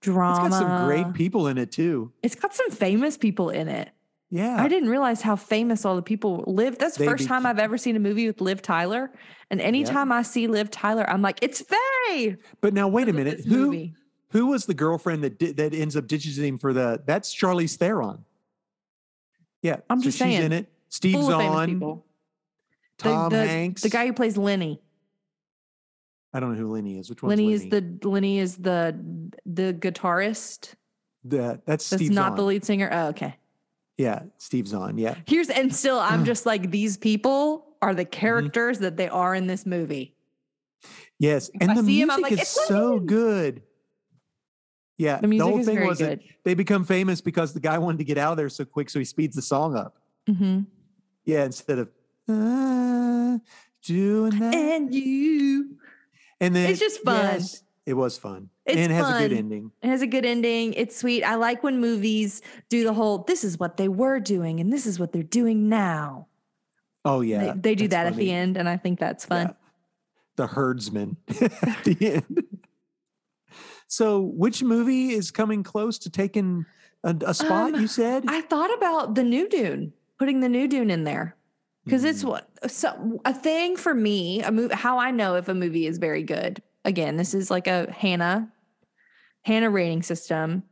Speaker 2: drama.
Speaker 1: got some great people in it too.
Speaker 2: It's got some famous people in it.
Speaker 1: Yeah.
Speaker 2: I didn't realize how famous all the people live. That's the
Speaker 1: They
Speaker 2: first time
Speaker 1: bec-
Speaker 2: I've ever seen a movie with Liv Tyler. And anytime I see Liv Tyler, I'm like, it's Faye.
Speaker 1: but now wait a
Speaker 2: Look at
Speaker 1: minute.
Speaker 2: this
Speaker 1: Who
Speaker 2: movie.
Speaker 1: who was the girlfriend that did, that ends up ditching him for the? That's Charlize Theron. Yeah,
Speaker 2: I'm
Speaker 1: so
Speaker 2: just
Speaker 1: she's
Speaker 2: saying.
Speaker 1: in it. Steve's
Speaker 2: Full of famous
Speaker 1: on.
Speaker 2: people. The-
Speaker 1: Tom
Speaker 2: the,
Speaker 1: Hanks.
Speaker 2: the guy who plays Lenny.
Speaker 1: I don't know who Lenny is. Which one's
Speaker 2: Lenny
Speaker 1: Lenny?
Speaker 2: is the Lenny is the the guitarist.
Speaker 1: the that's
Speaker 2: That's
Speaker 1: Steve
Speaker 2: not
Speaker 1: Zahn.
Speaker 2: the lead singer. Oh, okay.
Speaker 1: Yeah, Steve Zahn. Yeah,
Speaker 2: Here's and still,
Speaker 1: <sighs>
Speaker 2: I'm
Speaker 1: Ugh.
Speaker 2: just like these people are
Speaker 1: Mm-hmm.
Speaker 2: the characters that they are in this movie.
Speaker 1: yes,
Speaker 2: I
Speaker 1: and the music
Speaker 2: see him, I'm like,
Speaker 1: is
Speaker 2: "It's
Speaker 1: so
Speaker 2: Lenny!"
Speaker 1: good. Yeah,
Speaker 2: The music
Speaker 1: whole
Speaker 2: is
Speaker 1: thing
Speaker 2: very
Speaker 1: was that
Speaker 2: good.
Speaker 1: they become famous because the guy wanted to get out of there so quick, so he speeds the song up.
Speaker 2: hmm
Speaker 1: Yeah, instead of ah, doing that,
Speaker 2: And you,
Speaker 1: and then
Speaker 2: Eh, it's just fun.
Speaker 1: yes, it was fun.
Speaker 2: It's
Speaker 1: and it has a good
Speaker 2: fun.
Speaker 1: ending.
Speaker 2: it has a good ending. It's sweet. I like when movies do the whole "this is what they were doing and this is what they're doing now."
Speaker 1: Oh yeah,
Speaker 2: they, they do that
Speaker 1: that's
Speaker 2: at the
Speaker 1: funny.
Speaker 2: end, and I think that's fun.
Speaker 1: Yeah. The herdsman <laughs> at the end. So, which movie is coming close to taking a, a spot?
Speaker 2: Um,
Speaker 1: you said
Speaker 2: I thought about the new Dune, putting the new Dune in there because it's
Speaker 1: Mm,
Speaker 2: what so a thing for me. A movie, how I know if a movie is very good. Again, this is like a Hannah Hannah rating system.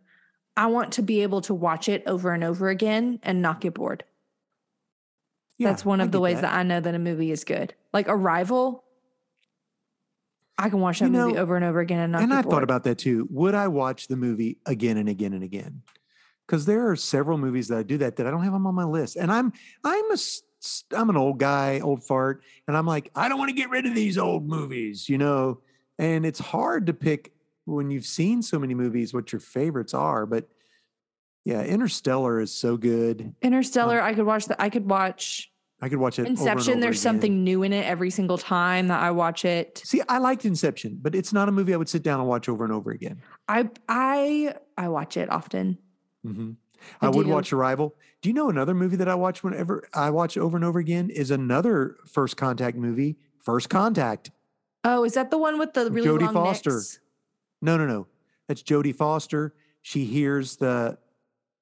Speaker 2: I want to be able to watch it over and over again and not get bored.
Speaker 1: yeah,
Speaker 2: That's one
Speaker 1: I
Speaker 2: of the
Speaker 1: get
Speaker 2: ways that. I know that a movie is good. Like Arrival, I can watch that
Speaker 1: You
Speaker 2: movie
Speaker 1: know,
Speaker 2: over and over again and not
Speaker 1: and
Speaker 2: get
Speaker 1: I've
Speaker 2: bored.
Speaker 1: thought about that too. Would I watch the movie again and again and again? because there are several movies that I do that that I don't have them on my list, and I'm I'm a s- s- I'm an old guy, old fart, and I'm like I don't want to get rid of these old movies, you know. And it's hard to pick when you've seen so many movies what your favorites are, but yeah, Interstellar is so good.
Speaker 2: Interstellar, I could watch that. I could watch
Speaker 1: I could watch it. over and
Speaker 2: Inception.
Speaker 1: over
Speaker 2: There's
Speaker 1: again.
Speaker 2: something new in it every single time that I watch it.
Speaker 1: See, I liked Inception, but it's not a movie I would sit down and watch over and over again.
Speaker 2: I I I watch it often.
Speaker 1: hmm
Speaker 2: I
Speaker 1: I, would
Speaker 2: do.
Speaker 1: watch Arrival. Do you know another movie that I watch whenever I watch over and over again is another First Contact movie, First Contact.
Speaker 2: Oh, is that the one with the really
Speaker 1: Jodie
Speaker 2: long
Speaker 1: Foster.
Speaker 2: necks?
Speaker 1: No, no, no. That's Jodie Foster. She hears the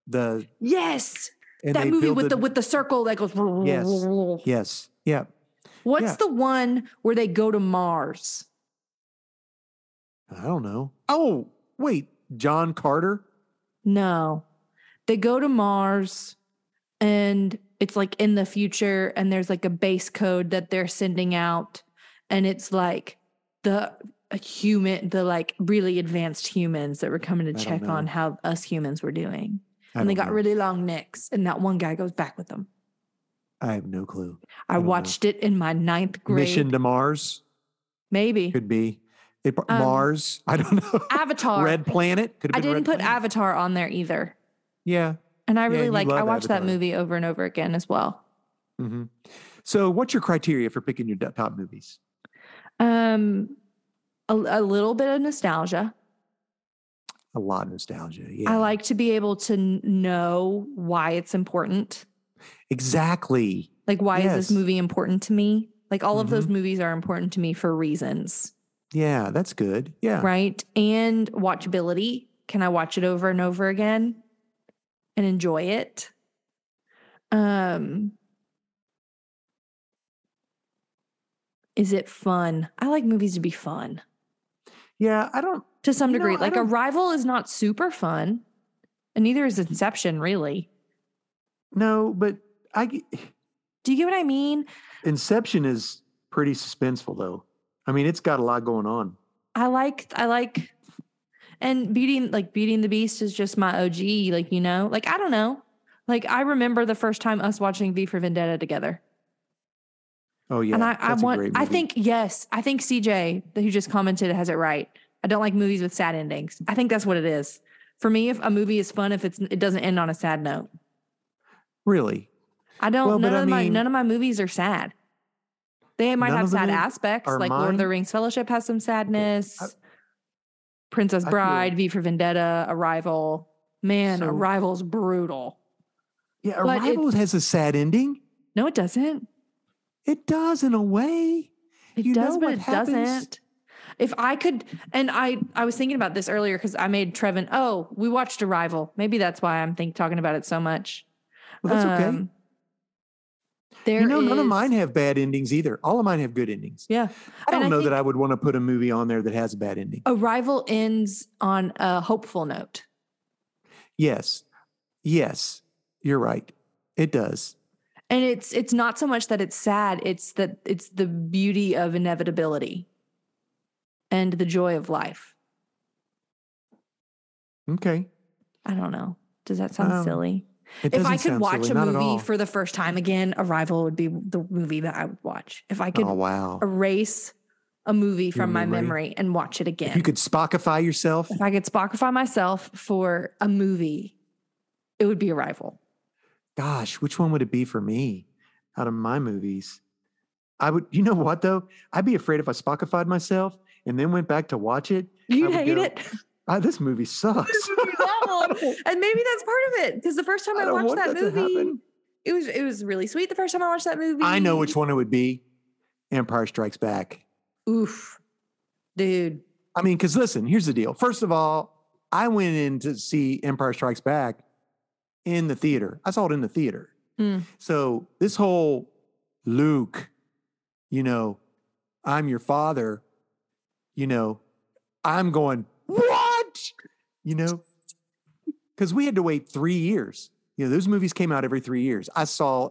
Speaker 1: the
Speaker 2: Yes,
Speaker 1: and
Speaker 2: that
Speaker 1: they
Speaker 2: movie
Speaker 1: build
Speaker 2: with
Speaker 1: a-
Speaker 2: the with the circle that goes.
Speaker 1: Yes. yes, yeah.
Speaker 2: <laughs> What's
Speaker 1: Yeah.
Speaker 2: the one where they go to Mars?
Speaker 1: I don't know. Oh wait, John Carter.
Speaker 2: No, they go to Mars, and it's like in the future, and there's like a base code that they're sending out, and it's like the human, the like really advanced humans that were coming
Speaker 1: I
Speaker 2: to
Speaker 1: don't
Speaker 2: check on
Speaker 1: know.
Speaker 2: how us humans were doing,
Speaker 1: I
Speaker 2: and they
Speaker 1: don't
Speaker 2: got
Speaker 1: know.
Speaker 2: really long necks, and that one guy goes back with them.
Speaker 1: I have no clue.
Speaker 2: I,
Speaker 1: I don't know.
Speaker 2: watched it in my ninth grade.
Speaker 1: Uh-huh. Mission to Mars
Speaker 2: Maybe
Speaker 1: could be. It,
Speaker 2: Um,
Speaker 1: Mars. <laughs> I don't know.
Speaker 2: Avatar.
Speaker 1: Red Planet could
Speaker 2: I
Speaker 1: have been.
Speaker 2: didn't
Speaker 1: Red
Speaker 2: put
Speaker 1: Planet.
Speaker 2: Avatar on there either.
Speaker 1: Yeah.
Speaker 2: And I
Speaker 1: Yeah,
Speaker 2: really
Speaker 1: you
Speaker 2: like I
Speaker 1: love
Speaker 2: watched that
Speaker 1: Avatar.
Speaker 2: movie over and over again as well.
Speaker 1: hmm So, what's your criteria for picking your do- top movies?
Speaker 2: Um a, a little bit of nostalgia.
Speaker 1: A lot of nostalgia. Yeah.
Speaker 2: I like to be able to n- know why it's important.
Speaker 1: exactly.
Speaker 2: Like why is
Speaker 1: Yes. Mm-hmm.
Speaker 2: this movie important to me? Like all of those movies are important to me for reasons,
Speaker 1: Yeah, that's good. Yeah.
Speaker 2: right? And watchability. Can I watch it over and over again and enjoy it? Um Is it fun? I like movies to be fun.
Speaker 1: Yeah. I don't.
Speaker 2: to some
Speaker 1: You know,
Speaker 2: degree.
Speaker 1: I
Speaker 2: like
Speaker 1: don't-
Speaker 2: Arrival is not super fun, and neither is Inception, really.
Speaker 1: No, but I. g- <sighs>
Speaker 2: Do you get what I mean?
Speaker 1: Inception is pretty suspenseful, though. I mean, it's got a lot going on.
Speaker 2: I like, I like, and beating like beating the beast is just my OG. Like you know, like I don't know. Like I remember the first time us watching V for Vendetta together,
Speaker 1: Oh yeah.
Speaker 2: and I, I
Speaker 1: that's a
Speaker 2: want.
Speaker 1: great
Speaker 2: I
Speaker 1: movie.
Speaker 2: think yes, I think CJ who just commented has it right. I don't like movies with sad endings. I think that's what it is for me. If a movie is fun, if it's it doesn't end on a sad note,
Speaker 1: really.
Speaker 2: I don't.
Speaker 1: Well, but
Speaker 2: none
Speaker 1: I
Speaker 2: of my
Speaker 1: mean-
Speaker 2: none of my movies are sad. They might
Speaker 1: None
Speaker 2: have
Speaker 1: of them
Speaker 2: sad
Speaker 1: are-
Speaker 2: aspects,
Speaker 1: are
Speaker 2: like Lord of the
Speaker 1: mine?
Speaker 2: Rings Fellowship has some sadness.
Speaker 1: I-
Speaker 2: Princess
Speaker 1: I feel-
Speaker 2: Bride, V for Vendetta, Arrival. Man,
Speaker 1: So-
Speaker 2: Arrival's brutal.
Speaker 1: Yeah.
Speaker 2: But
Speaker 1: Arrival
Speaker 2: it's-
Speaker 1: has a sad ending.
Speaker 2: No, it doesn't.
Speaker 1: It does in a way.
Speaker 2: It
Speaker 1: You
Speaker 2: does,
Speaker 1: know
Speaker 2: but
Speaker 1: what
Speaker 2: it
Speaker 1: happens-
Speaker 2: doesn't. If I could, and I, I was thinking about this earlier because I made Trevin. Oh, we watched Arrival. Maybe that's why I'm think talking about it so much.
Speaker 1: Well, that's okay.
Speaker 2: Um, There
Speaker 1: You know, none of
Speaker 2: is-
Speaker 1: mine have bad endings either. All of mine have good endings.
Speaker 2: Yeah,
Speaker 1: I don't
Speaker 2: And I
Speaker 1: know that
Speaker 2: think-
Speaker 1: I would want to put a movie on there that has a bad ending.
Speaker 2: Arrival ends on a hopeful note.
Speaker 1: Yes. Yes. You're right. It does.
Speaker 2: And it's it's not so much that it's sad, it's that it's the beauty of inevitability and the joy of life.
Speaker 1: Okay.
Speaker 2: I don't know. Does that sound
Speaker 1: Um,
Speaker 2: silly?
Speaker 1: It
Speaker 2: If I
Speaker 1: doesn't
Speaker 2: could
Speaker 1: sound
Speaker 2: watch
Speaker 1: silly,
Speaker 2: a
Speaker 1: not at all.
Speaker 2: movie for the first time again, Arrival would be the movie that I would watch. If I could
Speaker 1: oh wow.
Speaker 2: erase a movie
Speaker 1: Your
Speaker 2: from my
Speaker 1: memory?
Speaker 2: memory and watch it again.
Speaker 1: If you could spockify yourself.
Speaker 2: if I could Spockify myself for a movie, it would be Arrival.
Speaker 1: Gosh, which one would it be for me out of my movies? I would you know what though? I'd be afraid if I spockified myself and then went back to watch it.
Speaker 2: You'd
Speaker 1: would
Speaker 2: hate
Speaker 1: go, <laughs>
Speaker 2: it.
Speaker 1: Ah, this movie sucks.
Speaker 2: <laughs> level. and maybe that's part of it because the first time
Speaker 1: I
Speaker 2: I,
Speaker 1: don't
Speaker 2: watched
Speaker 1: want
Speaker 2: that,
Speaker 1: that to
Speaker 2: movie,
Speaker 1: happen.
Speaker 2: it was it was really sweet. The first time I watched that movie,
Speaker 1: I know which one it would be. Empire Strikes Back.
Speaker 2: Oof, dude,
Speaker 1: I mean, because listen, here's the deal. First of all, I went in to see Empire Strikes Back in the theater. I saw it in the theater.
Speaker 2: Hmm.
Speaker 1: So this whole Luke, you know, I'm your father, you know, I'm going, what? You know, because we had to wait three years. You know, those movies came out every three years. I saw,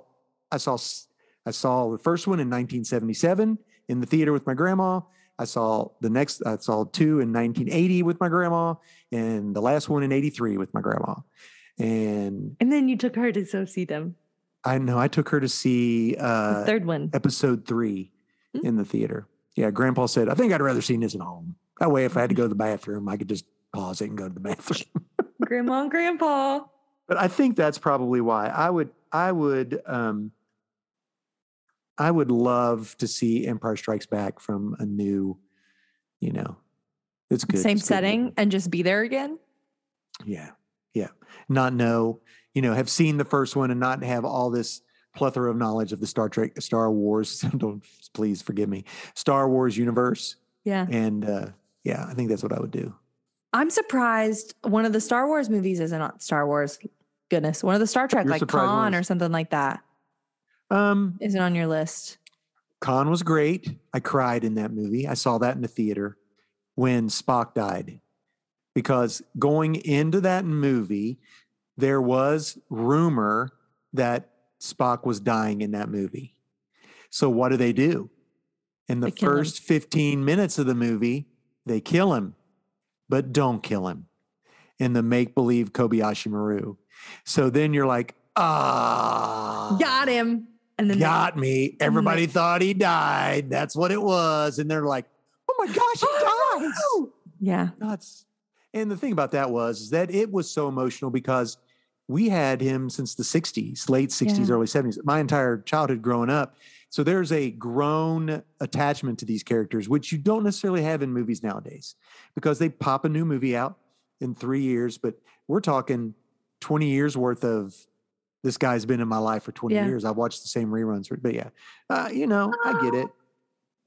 Speaker 1: I saw, s- I saw the first one in 1977 in the theater with my grandma. I saw the next, I saw two in 1980 with my grandma, and the last one in 83 with my grandma. And
Speaker 2: And then you took her to so see them.
Speaker 1: I know I took her to see
Speaker 2: The
Speaker 1: uh,
Speaker 2: third
Speaker 1: <laughs>
Speaker 2: one.
Speaker 1: episode 3
Speaker 2: Hmm.
Speaker 1: in the theater. Yeah, Grandpa said, I think I'd rather see this at home. That way, if I had to go to the bathroom, I could just pause it and go to the bathroom. <laughs>
Speaker 2: Grandma and grandpa.
Speaker 1: but I think that's probably why I would I would um I would love to see Empire Strikes Back from a new, you know, it's good.
Speaker 2: Same
Speaker 1: it's good
Speaker 2: setting
Speaker 1: movie.
Speaker 2: and just be there again.
Speaker 1: Yeah. Yeah. Not know, you know, have seen the first one and not have all this plethora of knowledge of the Star Trek, Star Wars. <laughs> Don't please forgive me. Star Wars universe.
Speaker 2: Yeah.
Speaker 1: And uh yeah, I think that's what I would do.
Speaker 2: I'm surprised one of the Star Wars movies is not Star Wars. Goodness. One of the Star Trek,
Speaker 1: You're
Speaker 2: like
Speaker 1: surprised one
Speaker 2: Khan
Speaker 1: is-
Speaker 2: or something like that,
Speaker 1: Um
Speaker 2: isn't on your list.
Speaker 1: Khan was great. I cried in that movie. I saw that in the theater when Spock died. Because going into that movie, there was rumor that Spock was dying in that movie. So what do they do? In the
Speaker 2: They kill him.
Speaker 1: first 15 minutes of the movie, they kill him, but don't kill him in the make believe Kobayashi Maru. So then you're like, ah.
Speaker 2: Got him. And then they-
Speaker 1: Got me.
Speaker 2: then they-
Speaker 1: Everybody thought he died. That's what it was. And they're like, oh my
Speaker 2: <gasps>
Speaker 1: gosh, he dies.
Speaker 2: yeah.
Speaker 1: Nuts. And the thing about that was is that it was so emotional because we had him since the 60s, late 60s,
Speaker 2: Yeah.
Speaker 1: early 70s, my entire childhood growing up. So there's a grown attachment to these characters, which you don't necessarily have in movies nowadays because they pop a new movie out in three years. But we're talking 20 years worth of this guy's been in my life for 20
Speaker 2: Yeah.
Speaker 1: years. I've watched the same reruns. for- But yeah, uh, you know, I get it.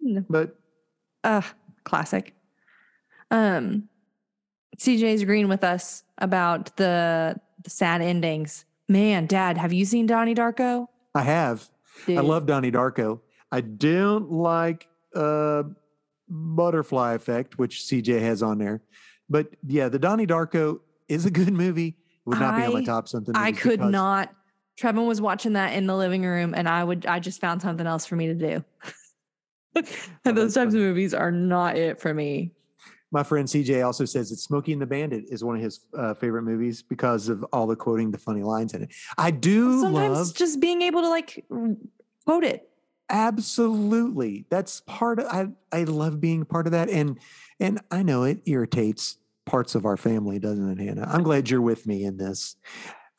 Speaker 2: No.
Speaker 1: But
Speaker 2: Uh, classic. Um, CJ's agreeing with us about the, the sad endings. Man, Dad, have you seen Donnie Darko?
Speaker 1: I have. I
Speaker 2: Dude,
Speaker 1: love Donnie Darko. I don't like uh, Butterfly Effect, which CJ has on there. But yeah, the Donnie Darko is a good movie. Would not be on my
Speaker 2: I-
Speaker 1: top something.
Speaker 2: I
Speaker 1: movies
Speaker 2: could
Speaker 1: because
Speaker 2: not. Trevin was watching that in the living room, and I would I just found something else for me to do. <laughs> and those
Speaker 1: Oh, that's
Speaker 2: types of
Speaker 1: funny.
Speaker 2: movies are not it for me.
Speaker 1: My friend CJ also says that Smokey and the Bandit is one of his uh, favorite movies because of all the quoting the funny lines in it. I do
Speaker 2: Sometimes
Speaker 1: love
Speaker 2: just being able to like r- quote it.
Speaker 1: absolutely. That's part of I I love being part of that and and I know it irritates parts of our family, doesn't it, Hannah? I'm glad you're with me in this.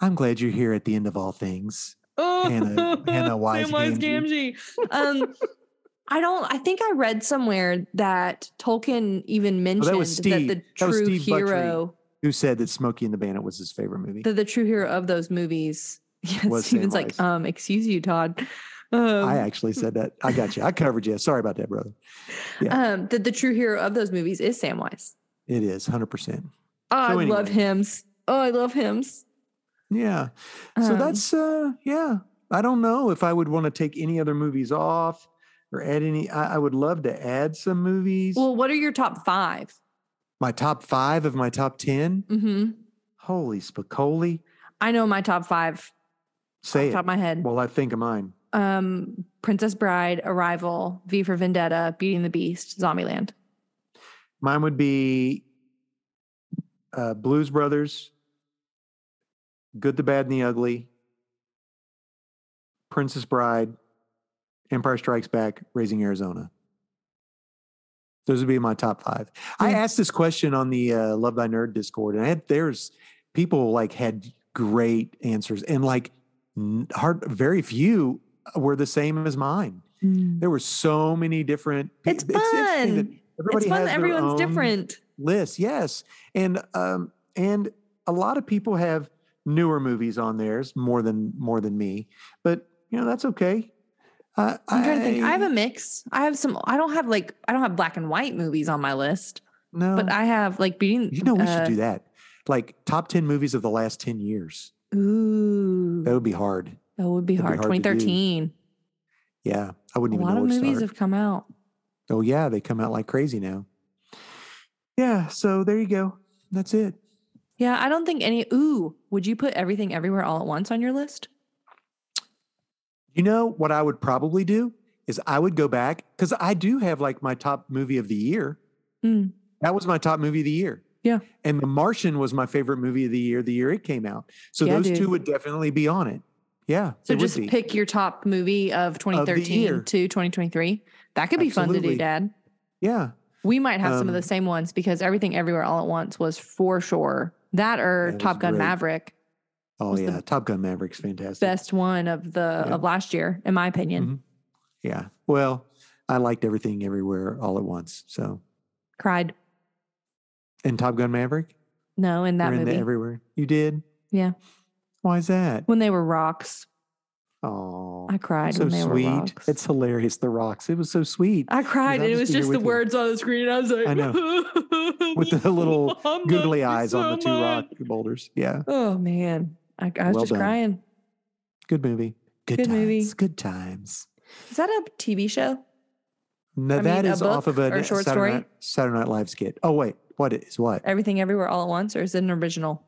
Speaker 1: I'm glad you're here at the end of all things.
Speaker 2: Oh,
Speaker 1: Hannah-
Speaker 2: <laughs>
Speaker 1: Hannah Wise Gamgee.
Speaker 2: Um, I don't. I think I read somewhere that Tolkien even mentioned
Speaker 1: Oh, that was Steve-
Speaker 2: the
Speaker 1: that was
Speaker 2: true
Speaker 1: Steve Buttrey.
Speaker 2: hero,
Speaker 1: Who said that Smokey and the Bandit was his favorite movie?
Speaker 2: that the true hero of those movies. <laughs> Yes,
Speaker 1: Was Sam
Speaker 2: Steven's like,
Speaker 1: Wise.
Speaker 2: um, excuse you, Todd. Um,
Speaker 1: I actually said that. I got you.
Speaker 2: <laughs>
Speaker 1: I covered you. Sorry about that, brother.
Speaker 2: um, that the true hero of those movies is Samwise.
Speaker 1: It is 100%. So
Speaker 2: Oh, I love
Speaker 1: anyway.
Speaker 2: hymns. Oh, I love hymns.
Speaker 1: Yeah. So
Speaker 2: Um,
Speaker 1: that's uh yeah. I don't know if I would want to take any other movies off or add any. I, I would love to add some movies.
Speaker 2: well. What are your top 5
Speaker 1: my top five of my top ten.
Speaker 2: Mm-hmm.
Speaker 1: Holy Spicoli.
Speaker 2: I know my top five
Speaker 1: Say
Speaker 2: off the top of
Speaker 1: it.
Speaker 2: my head.
Speaker 1: Well, I think of mine.
Speaker 2: um, Princess Bride, Arrival, V for Vendetta, Beauty and the Beast, Zombieland.
Speaker 1: Mine would be uh, Blues Brothers, Good, the Bad, and the Ugly, Princess Bride, Empire Strikes Back, Raising Arizona. Those would be my top five. I
Speaker 2: Yeah.
Speaker 1: asked this question on the uh, Love Thy Nerd Discord, and I had, there's people like had great answers, and like n- hard, very few were the same as mine. There were so many different. pe-
Speaker 2: It's
Speaker 1: Hmm. interesting that
Speaker 2: fun. It's fun.
Speaker 1: has
Speaker 2: that
Speaker 1: their
Speaker 2: Everyone's
Speaker 1: own-
Speaker 2: different.
Speaker 1: list. Yes, and um, and a lot of people have newer movies on theirs more than more than me, but you know that's okay. Uh,
Speaker 2: I'm trying to think. I have a mix. I have some. I don't have like. I don't have black and white movies on my list,
Speaker 1: no,
Speaker 2: but I have like Beauty.
Speaker 1: Oh. you know we
Speaker 2: uh,
Speaker 1: should do that. Like top ten movies of the last ten years.
Speaker 2: Ooh,
Speaker 1: That would be hard.
Speaker 2: that would be
Speaker 1: that'd be
Speaker 2: hard.
Speaker 1: hard to do.
Speaker 2: 2013.
Speaker 1: Yeah, I
Speaker 2: A
Speaker 1: wouldn't even
Speaker 2: lot
Speaker 1: know
Speaker 2: of
Speaker 1: where to
Speaker 2: movies
Speaker 1: start.
Speaker 2: have come out.
Speaker 1: oh yeah, they come out like crazy now. Yeah, so there you go. That's it.
Speaker 2: Yeah, I don't think any. Ooh, would you put everything everywhere all at once on your list?
Speaker 1: You know what I would probably do is I would go back because I do have like my top movie of the year.
Speaker 2: Hmm.
Speaker 1: That was my top movie of the year.
Speaker 2: Yeah.
Speaker 1: And The Martian was my favorite movie of the year the year it came out. So
Speaker 2: Yeah,
Speaker 1: those
Speaker 2: dude.
Speaker 1: two would definitely be on it. Yeah.
Speaker 2: So
Speaker 1: they would
Speaker 2: just
Speaker 1: be.
Speaker 2: pick your top movie of 2013
Speaker 1: year.
Speaker 2: to 2023. That could be fun to do,
Speaker 1: Absolutely.
Speaker 2: Dad.
Speaker 1: Yeah.
Speaker 2: We might have some of
Speaker 1: Um,
Speaker 2: the same ones because Everything Everywhere All at Once was for sure. That or
Speaker 1: That was
Speaker 2: Top Gun
Speaker 1: great.
Speaker 2: Maverick,
Speaker 1: Oh
Speaker 2: was the
Speaker 1: yeah. Top Gun Maverick's fantastic.
Speaker 2: best one of the
Speaker 1: Yeah.
Speaker 2: of last year, in my opinion.
Speaker 1: Mhm. Yeah. Well, I liked everything everywhere all at once. So
Speaker 2: Cried.
Speaker 1: and Top Gun Maverick?
Speaker 2: No, in that
Speaker 1: You're in the
Speaker 2: movie.
Speaker 1: everywhere. You did?
Speaker 2: Yeah.
Speaker 1: Why is that?
Speaker 2: when they were rocks,
Speaker 1: Oh.
Speaker 2: I cried
Speaker 1: So
Speaker 2: when they
Speaker 1: sweet.
Speaker 2: were rocks.
Speaker 1: It's hilarious. The rocks. It was so sweet.
Speaker 2: I cried,
Speaker 1: I'll
Speaker 2: and it
Speaker 1: just
Speaker 2: was
Speaker 1: be here
Speaker 2: just the
Speaker 1: with you.
Speaker 2: words on the screen. I was like,
Speaker 1: I know.
Speaker 2: <laughs>
Speaker 1: With the little
Speaker 2: I love
Speaker 1: Googly
Speaker 2: you
Speaker 1: eyes on the
Speaker 2: so
Speaker 1: two rock
Speaker 2: much.
Speaker 1: boulders. Yeah.
Speaker 2: Oh man, I, I was
Speaker 1: Well
Speaker 2: just
Speaker 1: done.
Speaker 2: crying.
Speaker 1: Good movie. Good,
Speaker 2: Good
Speaker 1: times.
Speaker 2: movie.
Speaker 1: Good times.
Speaker 2: Is that a TV show?
Speaker 1: No,
Speaker 2: I
Speaker 1: that
Speaker 2: mean, a
Speaker 1: is off
Speaker 2: book
Speaker 1: of
Speaker 2: or
Speaker 1: a
Speaker 2: a short
Speaker 1: Saturday,
Speaker 2: story?
Speaker 1: Night, Saturday Night Live skit. Oh wait, what is what? I
Speaker 2: Everything Everywhere All at Once, or is it an original?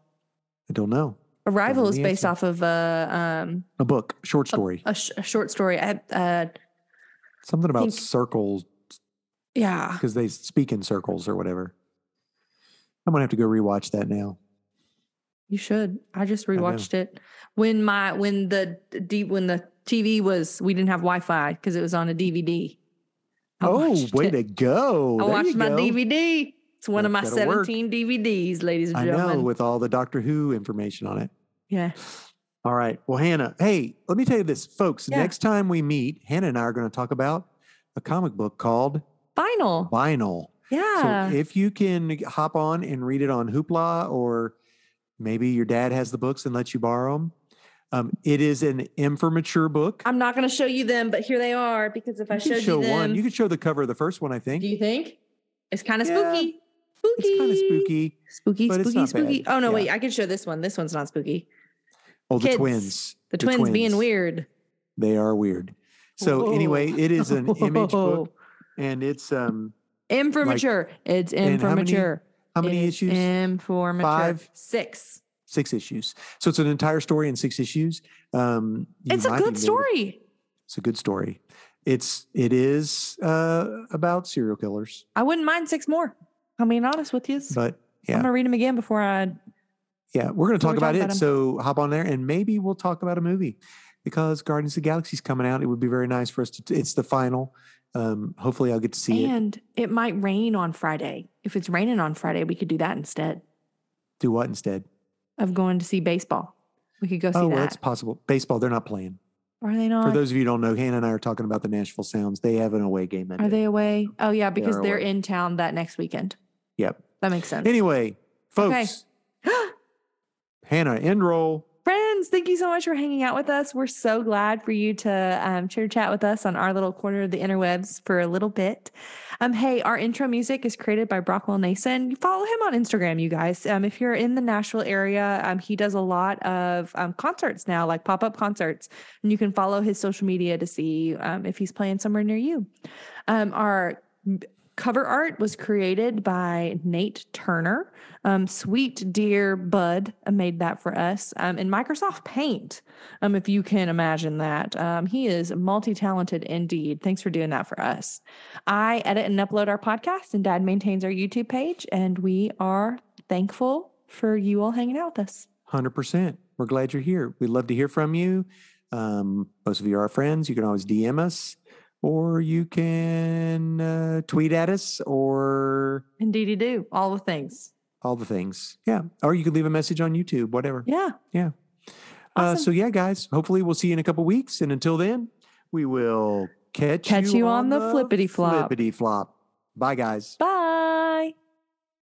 Speaker 1: don't know.
Speaker 2: Arrival
Speaker 1: know
Speaker 2: is
Speaker 1: the
Speaker 2: based
Speaker 1: answer.
Speaker 2: off of a um
Speaker 1: A book, short story,
Speaker 2: a, sh- a short story. I uh
Speaker 1: something about
Speaker 2: think-
Speaker 1: circles
Speaker 2: yeah,
Speaker 1: because they speak in circles or whatever. I'm gonna have to go rewatch that now.
Speaker 2: you should. I just
Speaker 1: know.
Speaker 2: rewatched it when my when the deep when the TV was we didn't have Wi Fi because it was on a DVD. I
Speaker 1: oh,
Speaker 2: watched
Speaker 1: way
Speaker 2: it.
Speaker 1: to go!
Speaker 2: I
Speaker 1: There you
Speaker 2: watched my
Speaker 1: go.
Speaker 2: DVD. It's one of my
Speaker 1: That's gotta work.
Speaker 2: 17 DVDs, ladies and
Speaker 1: I
Speaker 2: gentlemen.
Speaker 1: know with all the Doctor Who information on it.
Speaker 2: yeah.
Speaker 1: All right. Well, Hannah, hey, let me tell you this, folks.
Speaker 2: Yeah.
Speaker 1: Next time we meet, Hannah and I are going to talk about a comic book called
Speaker 2: Final.
Speaker 1: Vinyl.
Speaker 2: Yeah.
Speaker 1: So if you can hop on and read it on Hoopla, or maybe your dad has the books and lets you borrow them, um, it is an immature book.
Speaker 2: I'm not going to show you them, but here they are because if I
Speaker 1: you can
Speaker 2: showed
Speaker 1: show
Speaker 2: you them,
Speaker 1: one. You could show the cover of the first one, I think.
Speaker 2: do you think it's kind of
Speaker 1: Yeah.
Speaker 2: spooky? Spooky.
Speaker 1: it's kind of spooky.
Speaker 2: Spooky,
Speaker 1: but it's
Speaker 2: spooky,
Speaker 1: not
Speaker 2: spooky.
Speaker 1: bad.
Speaker 2: Oh no,
Speaker 1: Yeah.
Speaker 2: wait, I can show this one. This one's not spooky.
Speaker 1: Oh, the
Speaker 2: Kids.
Speaker 1: twins.
Speaker 2: The
Speaker 1: The
Speaker 2: twins, being
Speaker 1: twins.
Speaker 2: weird.
Speaker 1: They are weird. So
Speaker 2: Whoa.
Speaker 1: anyway, it is
Speaker 2: <laughs>
Speaker 1: an image book,
Speaker 2: Whoa.
Speaker 1: and it's um,
Speaker 2: Informature. it's
Speaker 1: and how many-
Speaker 2: informature.
Speaker 1: how many issues?
Speaker 2: Informature.
Speaker 1: Five?
Speaker 2: Six.
Speaker 1: six issues. So it's an entire story in six issues. Um, you
Speaker 2: It's a
Speaker 1: might be able
Speaker 2: good
Speaker 1: to-
Speaker 2: story.
Speaker 1: It's a good story. It's it is uh, about serial killers,
Speaker 2: I wouldn't mind six more. I'm being honest with you.
Speaker 1: but
Speaker 2: I'm
Speaker 1: yeah,
Speaker 2: gonna read them again before I.
Speaker 1: yeah, we're going to
Speaker 2: So
Speaker 1: talk
Speaker 2: we
Speaker 1: about
Speaker 2: talk
Speaker 1: it.
Speaker 2: about 'em.
Speaker 1: So hop on there, and maybe we'll talk about a movie because Guardians of the Galaxy's coming out. It would be very nice for us to. It's the final. Um, hopefully, I'll get to see it.
Speaker 2: and it. might rain on Friday. If it's raining on Friday, we could do that instead
Speaker 1: Do what instead?
Speaker 2: of going to see baseball. We could go see
Speaker 1: Oh, well, it's
Speaker 2: that. Oh,
Speaker 1: possible. Baseball, they're not playing.
Speaker 2: Are they
Speaker 1: For
Speaker 2: not?
Speaker 1: those of you who don't know, Hannah and I are talking about the Nashville Sounds. They have an away game. That
Speaker 2: Are
Speaker 1: day.
Speaker 2: they away? Oh yeah,
Speaker 1: They
Speaker 2: because
Speaker 1: are
Speaker 2: they are
Speaker 1: away.
Speaker 2: in town that next weekend.
Speaker 1: Yep.
Speaker 2: That makes sense.
Speaker 1: Anyway,
Speaker 2: Okay. <gasps>
Speaker 1: folks, Hannah, end roll.
Speaker 2: Friends, thank you so much for hanging out with us. We're so glad for you to um, chitter chat with us on our little corner of the interwebs for a little bit. Um, hey, our intro music is created by Brockwell Nason. You follow him on Instagram, you guys. Um, if you're in the Nashville area, um, he does a lot of um, concerts now, like pop up concerts, and you can follow his social media to see um, if he's playing somewhere near you. Um, our m- cover art was created by Nate Turner. Um, sweet dear Bud made that for us um, in Microsoft Paint. Um, if you can imagine that, um, he is multi-talented indeed. Thanks for doing that for us. I edit and upload our podcast, and Dad maintains our YouTube page, and we are thankful for you all hanging out with us.
Speaker 1: Hundred percent. We're glad you're here. We'd love to hear from you. Um, most of you are our friends. You can always DM us, or you can uh, tweet at us, or
Speaker 2: Indeedy do all the things.
Speaker 1: all the things. Yeah, or you could leave a message on YouTube. Whatever.
Speaker 2: Yeah.
Speaker 1: Yeah. Uh,
Speaker 2: Awesome.
Speaker 1: so yeah, guys. Hopefully, we'll see you in a couple weeks. And until then, we will catch
Speaker 2: Catch you on the flippity flop.
Speaker 1: Flippity flop. Bye, guys.
Speaker 2: Bye.